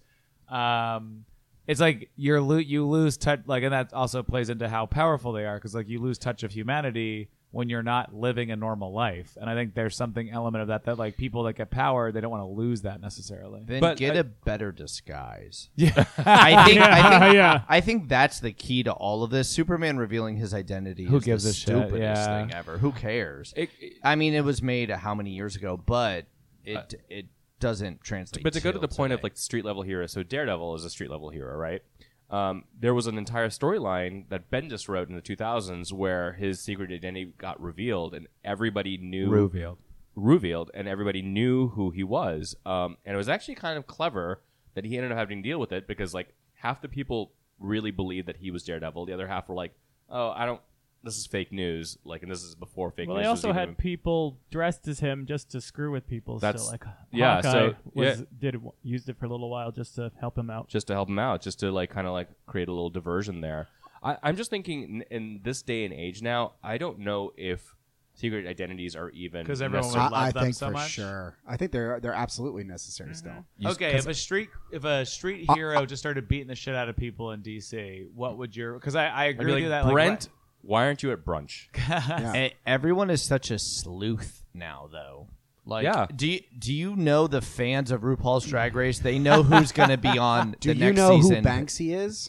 E: Um, it's like you're lo- you lose touch like and that also plays into how powerful they are because like you lose touch of humanity when you're not living a normal life and i think there's something element of that that like people that get power they don't want to lose that necessarily
D: Then
B: But
D: get
B: I-
D: a better disguise. Yeah, I think. I think.
C: yeah.
D: I think that's the key to all of this. Superman revealing his identity.
E: Who
D: is
E: gives
D: the
E: a shit?
D: stupidest
E: Yeah.
D: thing ever? Who cares?
B: It- it- Uh,
D: I mean, it was made how many years ago, but it it doesn't translate.
B: But to go to
D: till
B: the point of
D: today.
B: like street level hero, so Daredevil is a street level hero, right? Um, there was an entire storyline that Ben just wrote in the 2000s where his secret identity got revealed and everybody knew
E: revealed
B: revealed and everybody knew who he was. Um, and it was actually kind of clever that he ended up having to deal with it because like half the people really believed that he was Daredevil, the other half were like, "Oh, I don't. This is fake news." Like, and this is before fake
C: Well,
B: news.
C: they
B: was
C: also
B: even-
C: had people dressed as him just to screw with people.
B: That's-
C: so like
B: yeah,
C: Hawkeye
B: so-
C: was
B: yeah.
C: did used it for a little while just to help him out.
B: just to help him out, just to like kind of like create a little diversion there. I, I'm just thinking in, in this day and age now, I don't know if secret identities are even
E: 'Cause everyone would
B: necessary.
E: love
A: I, I
E: them
A: think
E: so
A: for
E: much.
A: sure. I think they're they're absolutely necessary
C: Mm-hmm.
A: still.
E: okay if a street if a street hero just started beating the shit out of people in dc what would your because I, I
B: I'd
E: agree
B: be
E: with you
B: like,
E: that
B: Brent, why aren't you at brunch?
D: Eh,
A: Yeah.
D: E- everyone is such a sleuth now, though. Like,
B: Yeah.
D: do you, do you know the fans of RuPaul's Drag Race? They know who's going to be on
A: Do
D: the
A: you
D: next
A: know
D: season.
A: who Banksy is?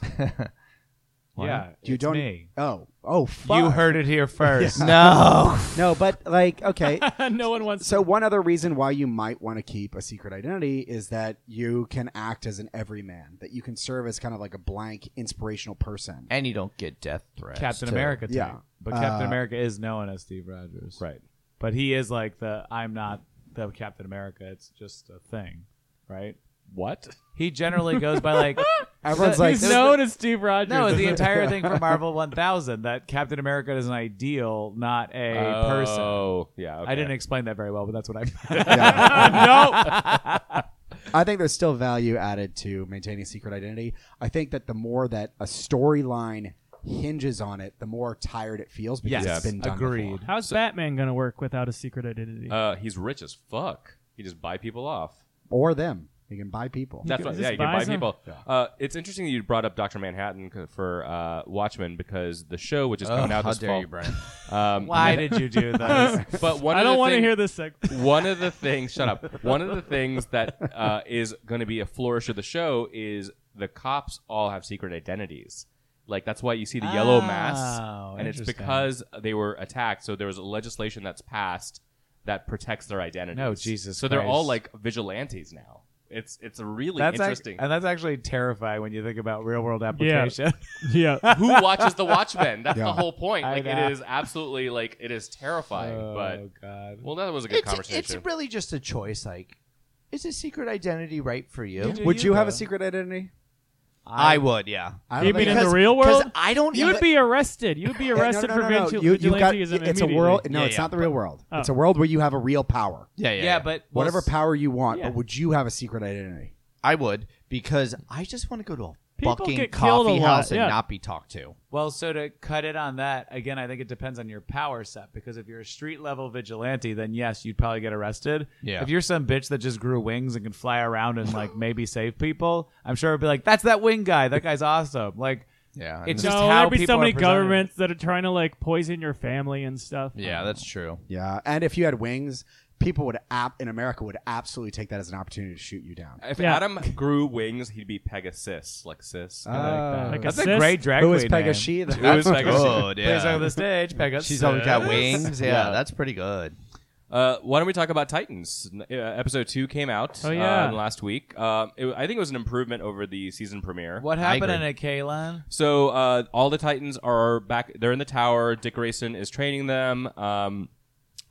E: Yeah,
A: You
E: it's
A: don't.
E: me.
A: Oh, oh, fuck.
E: You heard it here first.
D: No.
A: No, but like, okay.
C: no one wants.
A: so one other reason why you might want to keep a secret identity is that you can act as an everyman, that you can serve as kind of like a blank inspirational person.
D: And you don't get death threats.
E: Captain
D: too.
E: America. Type.
A: yeah.
E: but Captain
A: Uh,
E: America is known as Steve Rogers,
A: Right.
E: But he is like the I'm not the Captain America. It's just a thing, right?
B: What?
E: He generally goes by like
A: Everyone's like,
C: He's known as Steve Rogers.
E: no, the entire thing from Marvel 1000 that Captain America is an ideal, not a person.
B: Oh, yeah.
E: I didn't
B: okay.
E: explain that very well, but that's what I meant.
A: Yeah.
E: no,
A: I think there's still value added to maintaining secret identity. I think that the more that a storyline hinges on it, the more tired it feels because
B: Yes.
A: it's been done
E: agreed.
A: before.
C: How's Batman gonna work without a secret identity?
B: Uh, he's rich as fuck. He just buy people off.
A: Or them. You can buy people.
B: That's
C: can
B: what,
C: just
B: yeah, you can
C: buy
B: buy
C: some-
B: people. Uh, it's interesting that you brought up Doctor Manhattan c- for uh, Watchmen because the show, which is coming out
D: how
B: this
D: dare
B: fall,
D: you, Brian?
B: Um,
E: Why did you do this?
B: But one
C: I
B: of
C: don't
B: the
C: want to
B: thing-
C: hear this segment.
B: One of the things, shut up. One of the things that uh, is going to be a flourish of the show is the cops all have secret identities. Like that's why you see the yellow masks,
E: Oh,
B: and it's
E: interesting.
B: because they were attacked. So there was legislation that's passed that protects their identities.
E: No, Jesus
B: So they're all
E: Christ.
B: like vigilantes now. It's it's a really
E: That's act-
B: interesting.
E: and that's actually terrifying when you think about real world
C: Yeah.
E: application.
C: yeah.
B: Who watches the Watchmen? That's
A: Yeah.
B: the whole point.
E: I
B: Like
E: know.
B: it is absolutely like it is terrifying.
E: oh
B: but
E: God.
B: well, that was a good
D: It's,
B: conversation.
D: it's really just a choice. Like, is a secret identity right for you?
E: do
A: Would you have a
E: though.
A: secret identity?
D: I would, yeah.
A: I
C: You
A: don't
C: mean
A: think-
C: in the real
D: Because
C: world?
D: I don't
C: You would
D: even-
C: be arrested. You would be
A: No, no,
C: arrested
A: no,
C: for
A: no, no.
C: vigil-
A: You- you've got-
C: vigilanteism.
A: It's a
C: immediately.
A: world. No,
D: Yeah,
A: it's
D: yeah,
A: not the real world.
C: Oh.
A: It's a world where you have a real power.
D: Yeah,
E: Yeah,
D: yeah,
E: but well,
A: Whatever
E: s-
A: power you want,
C: yeah.
A: but would you have a secret identity?
D: I would because I just want to go to a
C: People
D: fucking
C: get killed a
D: coffee
C: lot,
D: house and
C: yeah.
D: not be talked to.
E: Well, so to cut it on that, again, I think it depends on your power set because if you're a street level vigilante, then yes, you'd probably get arrested.
D: Yeah.
E: If you're some bitch that just grew wings and can fly around and like maybe save people, I'm sure it'd be like, that's that wing guy. That guy's awesome. Like,
D: Yeah,
E: It's
C: No,
E: just how
C: there'd be
E: people
C: so
E: are
C: many
E: presented.
C: governments that are trying to like poison your family and stuff. Um,
D: yeah, that's true.
A: Yeah, and if you had wings, people would app in America would absolutely take that as an opportunity to shoot you down.
B: If
C: Yeah.
B: Adam grew wings, he'd be Pegasus, like sis.
A: Ah.
C: Like
E: that's
C: sis-
E: a great drag
A: Who
E: queen.
A: is Pega She?
B: Who is
D: That's
B: Pegasus?
D: good.
E: Please
D: Oh, Yeah.
E: on the stage, Pegasus.
D: She's always got wings. Yeah,
B: Yeah.
D: that's pretty good.
B: Uh, why don't we talk about Titans? N- Uh, episode two came out.
C: Oh, yeah.
B: uh, last week. Um, it, I think it was an improvement over the season premiere.
E: What
D: I
E: happened in
D: agree.
E: it, Kaylin?
B: So uh, all the Titans are back. They're in the tower. Dick Grayson is training them. Um,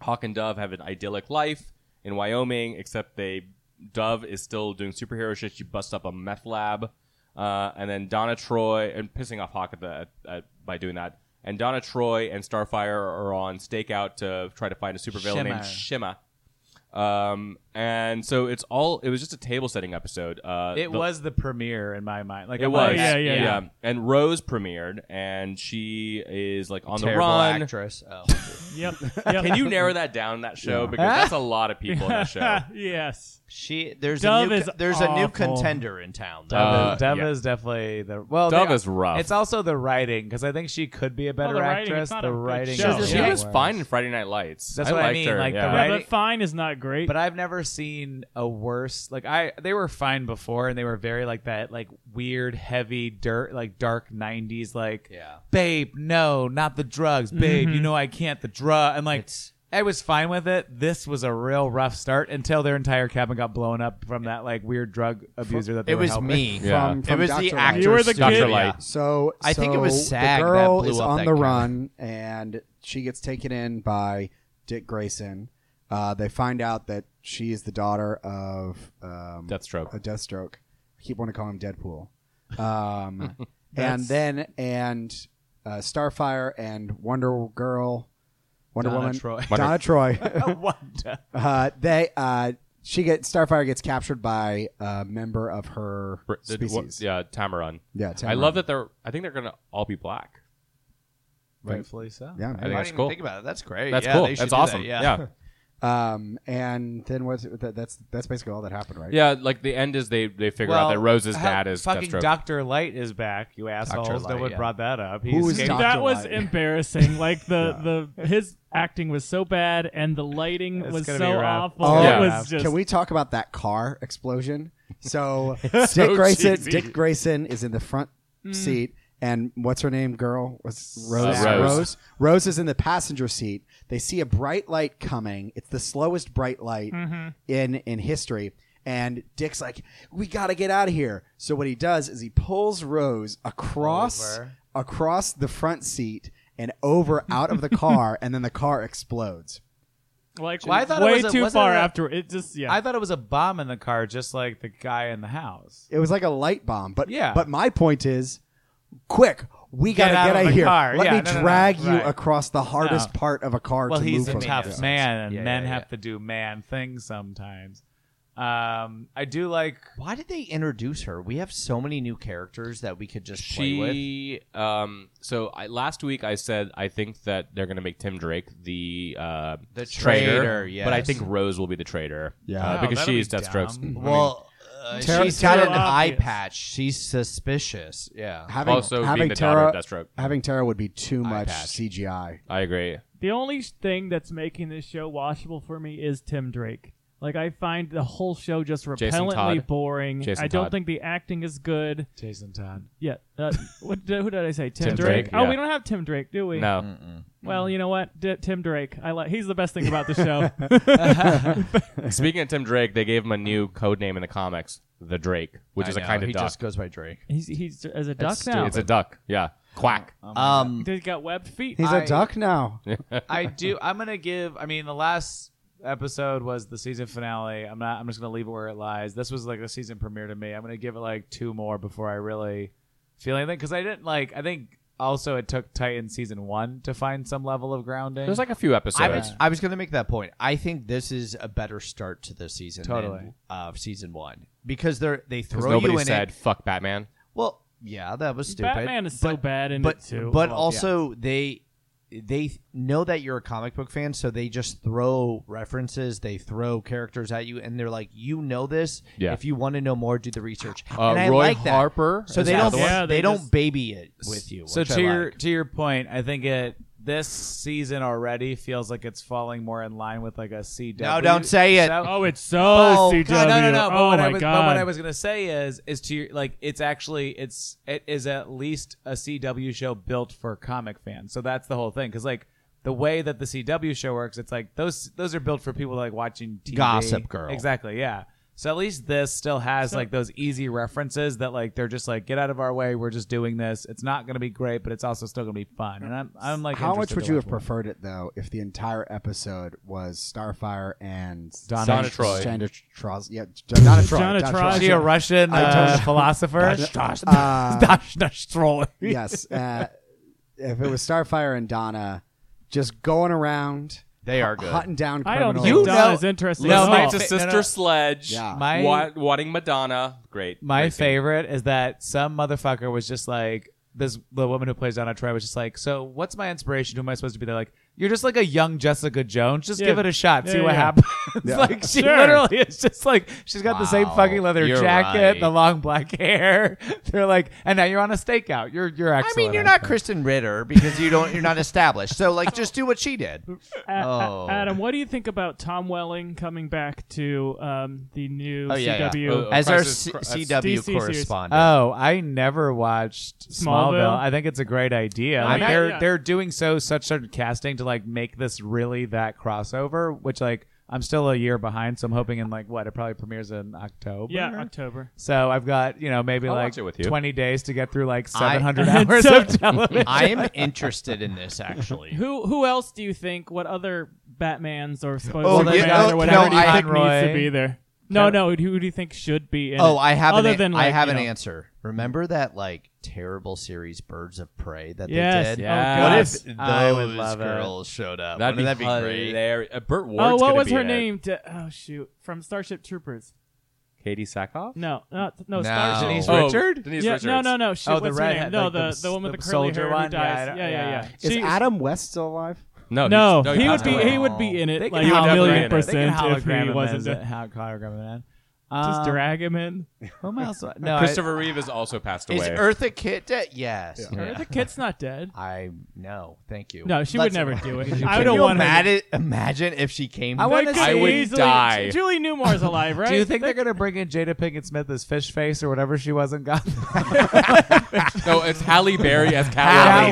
B: Hawk and Dove have an idyllic life in Wyoming, except they Dove is still doing superhero shit. She busts up a meth lab, uh, and then Donna Troy and pissing off Hawk at the, at, at, by doing that. And Donna Troy and Starfire are on stakeout to try to find a supervillain named Shima. Um, and so it's all. It was just a table setting episode. Uh,
E: It
B: the-
E: was the premiere in my mind. Like
B: it
E: I'm
B: was.
E: like,
C: yeah, yeah, yeah.
B: And Rose premiered, and she is like on
D: Terrible
B: the run.
D: actress. Oh.
C: Yep. yep.
B: Can you narrow that down that show because that's a lot of people in that show.
C: yes.
D: She there's
C: Dove
D: a new
C: is
D: co- there's a new
C: awful.
D: contender in town. though.
E: Dove,
B: Uh,
E: is, Dove
B: yeah.
E: is definitely the well.
B: Dove
E: they-
B: is rough.
E: It's also the writing because I think she could be a better
C: the writing, it's
E: actress.
C: not
E: the
C: a good
E: writing,
C: show.
E: is
B: she
E: way
B: was
E: worse.
B: fine in Friday Night Lights.
E: That's
B: I
E: what I
B: liked
E: mean,
B: Her,
E: like, the
B: yeah.
C: Yeah,
E: Writing-
C: but fine is not great.
E: But I've never seen a worse. Like I, they were fine before, and they were very like that, like weird, heavy, dirt, like dark '90s, like
D: Yeah.
E: babe, no, not the drugs, babe.
C: Mm-hmm.
E: You know I can't the drug, and like. I was fine with it. This was a real rough start until their entire cabin got blown up from that like weird drug abuser that they
D: It
E: were
D: was
E: helping.
D: me.
B: Yeah.
A: From,
D: It
A: from
D: was
A: Dr.
D: the
A: Light.
D: actress.
C: You were the
D: studio.
B: kid. Dr. Light.
A: So
D: I think it
A: so
D: was SAG
A: The
D: that
A: girl
D: blew
A: is
D: up
A: on
D: that
A: the
D: cabin.
A: run, and she gets taken in by Dick Grayson. Uh, they find out that she is the daughter of um,
B: Deathstroke.
A: A Deathstroke. I keep wanting to call him Deadpool. Um, and
E: That's-
A: then and uh, Starfire and Wonder Girl, Wonder
E: Donna
A: Woman,
E: Troy.
A: Donna Troy.
E: Wanda.
A: uh, they uh, she gets Starfire gets captured by a member of her
B: Br- the-
A: species.
B: what- yeah, Tamaran.
A: Yeah,
B: I
A: Tamaran.
B: love that they're. I think they're gonna all be black.
E: Rightfully so.
A: Yeah, man.
B: I think
D: I
B: that's
D: didn't
B: cool.
D: even think about it. That's great.
B: That's
D: Yeah,
B: cool.
D: they should
B: That's
D: do that.
B: awesome.
D: Yeah.
B: yeah.
A: Um, and then what's that, that's that's basically all that happened, right?
B: Yeah, like the end is they they figure out that Rose's
E: how-
B: dad is
E: fucking
B: Deathstroke.
E: Doctor Light is back. You assholes!
D: Light,
E: no one
D: yeah.
E: brought that up. He
A: Who is
E: escaped-
A: Doc-
C: that
A: Dr.
C: was
A: Light.
C: embarrassing. Like the the his acting was so bad and the lighting
E: It's
C: was
E: gonna
C: so
E: be rough.
C: awful.
A: Oh,
B: Yeah.
C: It was just
A: Can we talk about that car explosion? So Dick Grayson, Dick Grayson is in the front seat, and what's her name? Girl was Rose.
B: Uh, Rose.
A: Rose. Rose is in the passenger seat. They see a bright light coming. It's the slowest bright light in in history. And Dick's like, "We got to get out of here." So what he does is he pulls Rose across
E: Over.
A: across the front seat and over out of the car, and then the car explodes.
C: like
E: Well, I thought it
C: way
E: was a-
C: too
E: wasn't
C: far
E: it a-
C: after it just yeah.
E: I thought it was a bomb in the car, just like the guy in the house.
A: It was like a light bomb. But
E: Yeah.
A: But my point is, quick, we
E: Get
A: gotta
E: out
A: get
E: of
A: out
E: the
A: of here.
E: car.
A: Let
E: Yeah,
A: me
E: no, no, no.
A: drag you
E: Right.
A: across the hardest
E: No.
A: part of a car
E: Well,
A: to
E: he's
A: move
E: a
A: from.
E: tough
A: Yeah.
E: man, and
D: Yeah,
E: men
D: yeah,
E: have
D: yeah.
E: to do man things sometimes. Um, I do like
D: Why did they introduce her? We have so many new characters that we could just play with.
B: She um so I, last week I said I think that they're gonna make Tim Drake the uh
D: The traitor,
B: but I
D: yes.
B: think Rose will be the traitor
A: Yeah.
B: uh,
E: Oh,
B: because
E: that'll
B: she's
E: be
B: Deathstroke's
E: dumb.
D: Well, uh,
A: Tara-
D: she's got
C: Tara-
D: an eye
C: obvious.
D: patch. She's suspicious. Yeah.
A: Having,
B: also
A: having
B: being the
A: Tara,
B: daughter of Deathstroke.
A: having Tara would be too much
D: patch.
A: CGI.
B: I agree.
C: the only thing that's making this show watchable for me is Tim Drake. Like I find the whole show just repellently
B: Todd.
C: boring.
B: Jason
C: I don't
B: Todd.
C: think the acting is good.
E: Jason Todd.
C: Yeah. Uh, what did, who did I say? Tim,
B: Tim
C: Drake.
B: Drake,
C: Oh,
B: yeah.
C: we don't have Tim Drake, do we?
B: No,
C: Well, you know what? D- Tim Drake. I like. He's the best thing about the show.
B: speaking of Tim Drake, they gave him a new code name in the comics, the Drake, which
D: I
B: is a
D: know,
B: kind of
D: he
B: duck.
D: just goes by Drake.
C: he's he's as a duck
D: That's
C: now.
B: it's a duck. Yeah, quack.
D: Um,
C: He's got webbed feet. Ah,
A: He's a
E: I-
A: duck now.
E: I do. I'm gonna give. I mean, the last episode was the season finale. I'm not. I'm just gonna leave it where it lies. This was like the season premiere to me. I'm gonna give it like two more before I really feel anything because I didn't like. I think also it took Titan season one to find some level of grounding.
B: There's like a few
D: I
B: episodes.
D: was, I was going to make that point. I think this is a better start to the season
E: Totally.
D: than uh, season one because they're they
B: 'Cause
D: throw
B: nobody
D: you in
B: said
D: it.
B: "fuck Batman."
D: Well, yeah, that was stupid.
C: Batman is so bad in
D: but
C: it too. Oh,
D: but
C: Well,
D: also they they know that you're a comic book fan, so they just throw references, they throw characters at you, and they're like, you know this.
B: Yeah.
D: If you want to know more, do the research.
B: Uh,
D: and I
B: Roy
D: like that.
B: Harper
D: So
B: is
D: they
B: the
D: don't
B: other
C: one.
D: they,
C: Yeah, they
D: don't
C: just-
D: baby it with you.
E: So
D: which I
E: to your
D: like.
E: to your point, I think it this season already feels like it's falling more in line with like a CW.
D: No, don't say it.
E: show.
C: Oh, it's so
D: Oh,
C: CW.
E: God, no, no, no. But
C: Oh
E: what
C: my
E: I was,
C: god.
E: But what I was gonna say is, is to your, like, it's actually, it's, it is at least a CW show built for comic fans. So that's the whole thing, because like the way that the CW show works, it's like those, those are built for people like watching TV.
D: Gossip Girl.
E: Exactly. Yeah. So at least this still has like those easy references that like they're just like get out of our way. We're just doing this. It's not gonna be great, but it's also still gonna be fun. And I'm, I'm like,
A: How much
E: interested
A: would
E: to
A: you
E: watch
A: have
E: more.
A: preferred it though if the entire episode was Starfire and
E: Donna-
B: Donna Troy.
A: Shanda Troz- yeah, Donna Troy.
C: Donna Troy.
E: Is she a Russian
A: I
E: uh,
A: don't-
E: philosopher?
A: Uh,
E: Dash, dash, troll.
A: yes. Uh, if it was Starfire and Donna, just going around,
D: they are good.
A: hunting down
C: I don't
A: criminals.
C: think
E: You
C: Donna
E: know-
C: is interesting.
E: No,
C: at all.
E: my-
B: Listening to
E: no,
B: Sister
E: no.
B: Sledge,
A: Yeah.
E: My-
B: wa- wanting Madonna. Great.
E: My
B: Great scene.
E: favorite is that some motherfucker was just like this. The woman who plays Donna Troy was just like, "So, what's my inspiration? Who am I supposed to be?" They're like, "You're just like a young Jessica Jones. Just
C: Yeah.
E: give it a shot. see
C: Yeah,
E: what
C: yeah.
E: happens." like she
C: Sure.
E: literally is just like she's got the same
D: Wow.
E: fucking leather
D: You're
E: jacket,
D: right.
E: the long black hair. They're like, "And now you're on a stakeout. You're you're
D: I
E: excellent."
D: mean, you're
E: at
D: not
E: it."
D: Kristen Ritter because you don't. You're not established. So like, just do what she did.
C: A- A-
D: Oh.
C: Adam, what do you think about Tom Welling coming back to um, the new
D: Oh, yeah,
C: CW?
B: yeah. Oh, oh.
D: As our
B: Crisis
D: C-
B: Cro-
D: CW
C: DC series.
D: correspondent,
E: Oh, I never watched Smallville.
C: Smallville?
E: I think it's a great idea. Like,
C: mean,
E: they're
C: yeah.
E: they're doing so such certain casting to like make this really that crossover, which like I'm still a year behind, so I'm hoping in like what it probably premieres in October.
C: yeah, October.
E: So I've got you know maybe
B: I'll
E: like
B: watch it with you.
E: 20 days to get through like
D: I-
E: 700 hours
C: So-
E: of television.
D: I am interested in this actually.
C: Who who else do you think? What other Batman's or Spider
D: Oh,
E: yeah,
C: Mans
E: no,
C: or whatever
E: no,
C: do you
E: I-
C: think needs
E: Conroy.
C: to be there? No, no. Who do you think should be? In
D: Oh,
C: it?
D: I have
C: Other
D: an. an-
C: than like,
D: I have
C: you
D: an
C: know-
D: answer. Remember that like terrible series Birds of Prey that
C: Yes, Oh,
D: they did.
C: yeah.
D: What
E: Yes.
D: if those
E: I would love it.
D: girls showed up?
B: That'd Uh, be,
D: Wouldn't that be great?
B: hilarious. Uh, Burt Ward's
C: Oh, what
B: gonna
C: was
B: be
C: her
B: in it.
C: name? To, oh shoot, from Starship Troopers.
B: Katie Sackhoff.
C: No, not, no,
D: No.
C: Starship.
D: Denise
B: Oh,
E: Richard?
B: Denise
C: yeah,
B: Richards.
C: no, no, no. Shit,
E: Oh, the
C: what's her name?
E: redhead,
C: No,
E: like the
C: the,
E: s-
C: the woman
E: the
C: with the curly
E: soldier
C: hair
E: one?
C: who
E: Yeah, I
C: dies.
E: don't-
C: Yeah, yeah,
E: yeah.
C: yeah.
A: Is
C: She-
A: Adam West still alive?
B: No, he's-
C: No,
B: no,
C: he
B: you
C: would
B: have
C: be
B: to win.
C: he would be in it
E: They
C: like
E: can
B: have
C: a
B: hologram
E: hologram
B: him
C: million
B: in.
E: it. They can
C: percent if
E: hologram
C: he
E: him
C: wasn't
E: in.
C: to
E: How hologram him in.
C: just
E: Um,
C: drag him in.
E: Who else? No, I-
B: Christopher Reeve has also passed away.
D: Is Eartha Kitt dead? Yes.
A: Yeah.
C: The kid's not dead.
D: I no, thank you.
C: No, she would never do it. I
D: Can
C: don't
D: you
C: want her.
D: imagine, imagine if she came.
E: I
D: back?
E: want-
C: They
E: wanna
C: could
E: see- I
B: would
C: easily-
B: die.
C: Julie Newmore's alive, right?
E: Do you think they're gonna bring in Jada Pinkett Smith as Fish Face or whatever she was in Gotham?
B: no, it's Halle Berry as
E: That
B: Catwoman.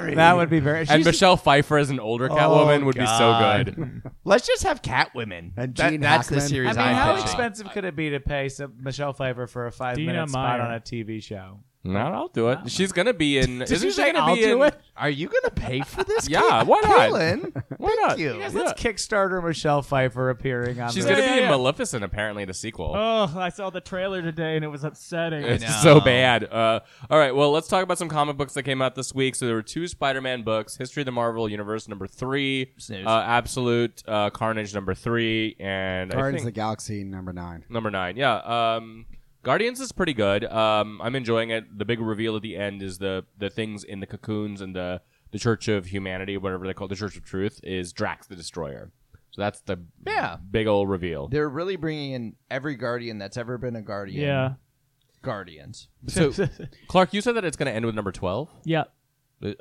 E: woman- That would be very.
B: And
E: she's-
B: Michelle Pfeiffer as an
C: Oh,
B: older Catwoman would
D: God.
B: be so good.
D: Let's just have Catwomen.
A: And
D: That-
A: Gene
D: that's the
A: Hackman.
E: I
D: series
E: mean,
D: I am
E: how
D: pitching.
E: expensive could it be to pay some Michelle Pfeiffer for a five
C: Dina
E: minute spot
C: Meyer.
E: on a TV show?
B: No, I'll do it. She's gonna be in.
E: Did
B: isn't
E: you
B: she
E: say
B: gonna
E: I'll
B: be
E: do
B: in?
E: it?
D: Are you gonna pay for this?
B: Yeah,
D: Kate
B: why not?
D: Palin?
B: Why not?
D: Thank you.
E: Yes, let's Kickstarter Michelle Pfeiffer appearing on.
B: She's
E: the-
B: gonna
C: Yeah,
B: be
C: yeah,
B: in
C: yeah.
B: Maleficent apparently in a sequel.
C: Oh, I saw the trailer today and it was upsetting.
B: It's
D: know.
B: so bad. Uh, all right, well, let's talk about some comic books that came out this week. So there were two Spider-Man books: History of the Marvel Universe number three,
D: Snooze.
B: uh, Absolute uh, Carnage number three, and I
A: Guardians
B: think
A: of the Galaxy number nine.
B: number nine. Yeah, um, Guardians is pretty good. Um, I'm enjoying it. The big reveal at the end is the the things in the cocoons and the the Church of Humanity, whatever they call it, the Church of Truth, is Drax the Destroyer. So that's the
D: Yeah.
B: big old reveal.
D: They're really bringing in every guardian that's ever been a guardian.
C: yeah,
D: Guardians.
B: So Clark, you said that it's going to end with number twelve.
C: yeah.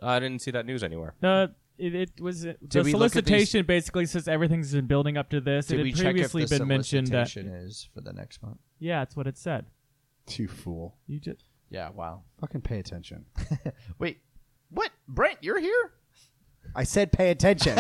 B: I didn't see that news anywhere.
C: No, it, it was the
D: we look at these-
C: solicitation basically says everything's been building up to this.
D: Did
C: it
D: we
C: had
D: check if
C: previously
D: the
C: been mentioned that.
D: solicitation is for the next month?
C: Yeah, that's what it said.
A: You fool.
C: You just
D: Yeah. Wow.
A: Fucking pay attention.
D: Wait. What? Brent, you're here?
A: I said pay attention.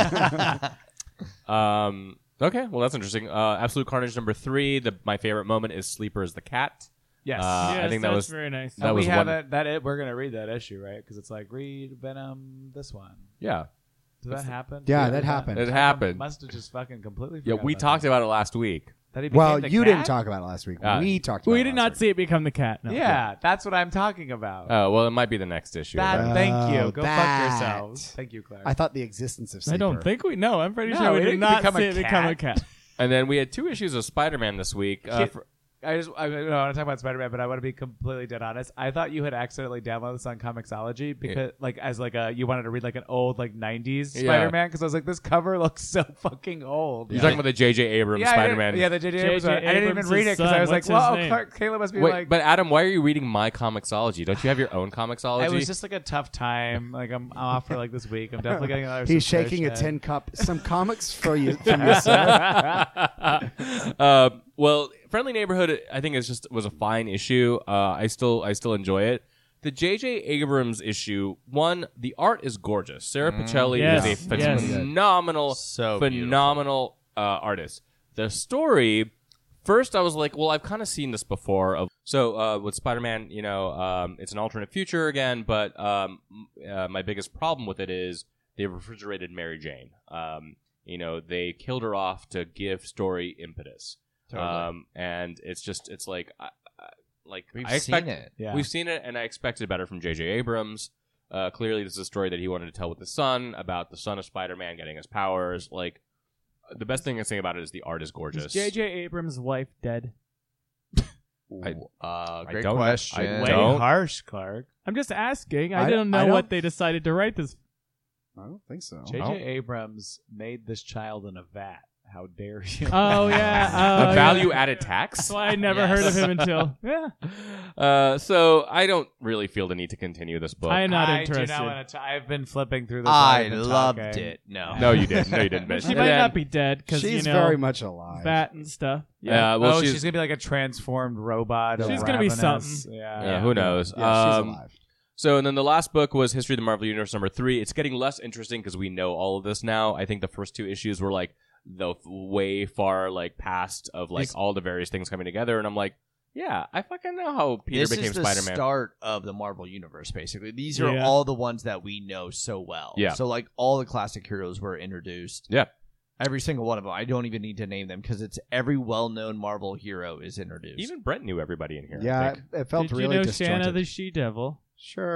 B: Um, okay, well that's interesting. Uh, Absolute Carnage number three. The my favorite moment is Sleeper is the cat.
E: yes.
B: Uh, I
C: Yes,
B: think that
C: that's
B: was-
C: very nice.
B: that
E: And
B: was
E: we have
B: one-
E: it, that it, we're gonna read that issue right because it's like read Venom this one.
B: Yeah,
E: Did that happen?
A: Yeah, that happened.
B: it
E: I
B: happened.
E: Must have just fucking completely.
B: Yeah,
E: forgot
B: we
E: about
B: talked about it last week.
E: That. That he
A: well,
E: became the
A: you
E: cat?
A: didn't talk about it last week.
B: Uh,
A: we talked. about
C: we
A: it
C: did
A: last
C: not see it become the cat. No.
E: Yeah, that's what I'm talking about.
B: Uh, well, it might be the next issue.
E: that,
A: Oh,
E: thank you. Go
A: that.
E: fuck yourselves. Thank you, Claire.
A: Week. I thought the existence of. Sleeper.
C: I don't think we. No, I'm pretty
E: No,
C: sure we
E: it
C: did
E: didn't
C: not
E: become a
C: see it become a
E: cat.
C: cat.
B: and then we had two issues of Spider-Man this week. Uh,
E: Shit.
B: for-
E: I just I, I don't want to talk about Spider Man, but I want to be completely dead honest. I thought you had accidentally downloaded this on Comixology because like as like a you wanted to read like an old like '90s
B: Yeah.
E: Spider Man because I was like this cover looks so fucking old.
B: You're talking about the J.J. Abrams
E: yeah, I didn't-
B: Spider-Man.
E: Yeah, the JJ Abrams.
C: J.J.
E: one. I didn't even
C: Abrams'
E: read it because I
C: son.
E: was
C: What's
E: like,
C: his
E: "Wow,
C: name?"
E: Clark, Caleb must be
B: Wait,
E: like."
B: but Adam, why are you reading my comiXology? Don't you have your own comiXology?
E: it was just like a tough time. Like I'm I'm off for like this week. I'm definitely getting another.
A: He's shaking a
E: subscription.
A: tin cup. Some comics for you from your sir.
B: uh, well, Friendly Neighborhood, I think is just was a fine issue. Uh, I still I still enjoy it. The J.J. Abrams issue, one, the art is gorgeous. Sarah Pacelli
C: Mm-hmm. Yes,
B: is a
C: yes.
B: phenomenal,
D: So
B: phenomenal uh, artist. The story, first, I was like, well, I've kind of seen this before. Of so uh, with Spider-Man, you know, um, it's an alternate future again, but um, uh, my biggest problem with it is they refrigerated Mary Jane. Um, you know, they killed her off to give story impetus. Um, and it's just it's like I, I, like
D: We've
B: I expect,
D: seen it.
E: Yeah.
B: We've seen it, and I expected better from J.J. Abrams. Uh, clearly, this is a story that he wanted to tell with the son about the son of Spider-Man getting his powers. Like uh, the best thing I can say about it is the art is
C: Is
B: gorgeous.
C: J.J. Abrams' wife dead?
D: I, uh,
B: I
D: great
B: don't- I
D: question.
E: way
B: Don't.
E: harsh, Clark.
C: I'm just asking. I,
A: I-
C: don't know
A: I don't-
C: what they decided to write this.
A: I don't think so.
E: J.J.
B: Oh.
E: Abrams made this child in a vat. How dare you?
C: Oh yeah, oh,
B: a
C: yeah.
B: value-added tax.
C: That's why I never
D: Yes.
C: heard of him until yeah.
B: Uh, so I don't really feel the need to continue this book.
C: I am not
E: I
C: interested.
E: Do not wanna t- I've been flipping through this. while
D: I
E: I've been
D: loved
E: talking.
D: it. No.
B: no, you didn't. No, you didn't.
C: she might
B: And
C: not be dead because you
A: She's
C: know
A: very much alive.
C: fat and stuff.
B: Yeah, well,
E: oh,
B: she's-
E: she's, gonna be like a transformed robot. of
C: She's gonna be
E: ravenous.
C: something.
E: Yeah.
B: Yeah, Uh, who knows?
A: Yeah, she's
B: Um,
A: alive.
B: So, and then the last book was History of the Marvel Universe number three. It's getting less interesting because we know all of this now. I think the first two issues were like the f- way far like past of like
D: This-
B: all the various things coming together, and I'm like, yeah, I fucking know how Peter
D: this
B: became
D: is the
B: Spider Man.
D: start of the Marvel universe. Basically, these are
C: Yeah.
D: all the ones that we know so well.
B: Yeah.
D: So like all the classic heroes were introduced.
B: Yeah.
D: Every single one of them. I don't even need to name them because it's every well-known Marvel hero is introduced.
B: Even Brent knew everybody in here. I
A: Yeah,
B: think.
A: it, it felt
C: Did
A: really
C: you know
A: disjointed.
C: Shanna the She Devil?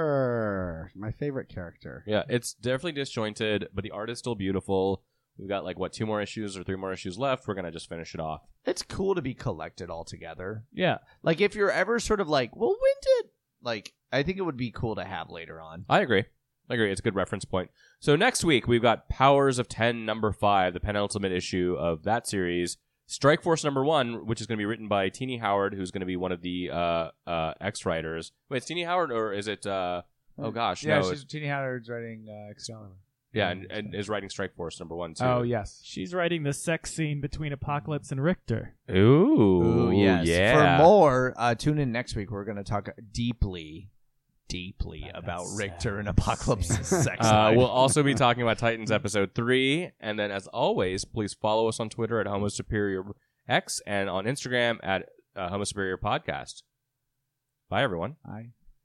A: sure, my favorite character.
B: yeah, it's definitely disjointed, but the art is still beautiful. We've got like what two more issues or three more issues left. We're gonna just finish it off.
D: it's cool to be collected all together.
C: Yeah,
D: Like if you're ever sort of like, well, when did like I think it would be cool to have later on.
B: I agree. I agree. It's a good reference point. So next week we've got Powers of Ten, number five, the penultimate issue of that series. Strike Force number one, which is going to be written by Teeny Howard, who's going to be one of the uh, uh, X writers. Wait, it's Teeny Howard or is it? Uh, oh gosh,
E: yeah,
B: no,
E: she's Teeny Howard's writing uh, Excalibur.
B: yeah, and, and is writing Strike Force number one too.
E: Oh yes,
C: She's writing the sex scene between Apocalypse and Richter.
B: Ooh,
D: Ooh, yes.
B: yeah.
D: For more, uh, tune in next week. We're going to talk deeply, deeply about Richter and Apocalypse's sex
B: Uh,
D: life.
B: we'll also be talking about Titans episode three. And then, as always, please follow us on Twitter at Homo Superior X and on Instagram at uh, Homo Superior Podcast. Bye, everyone.
E: I.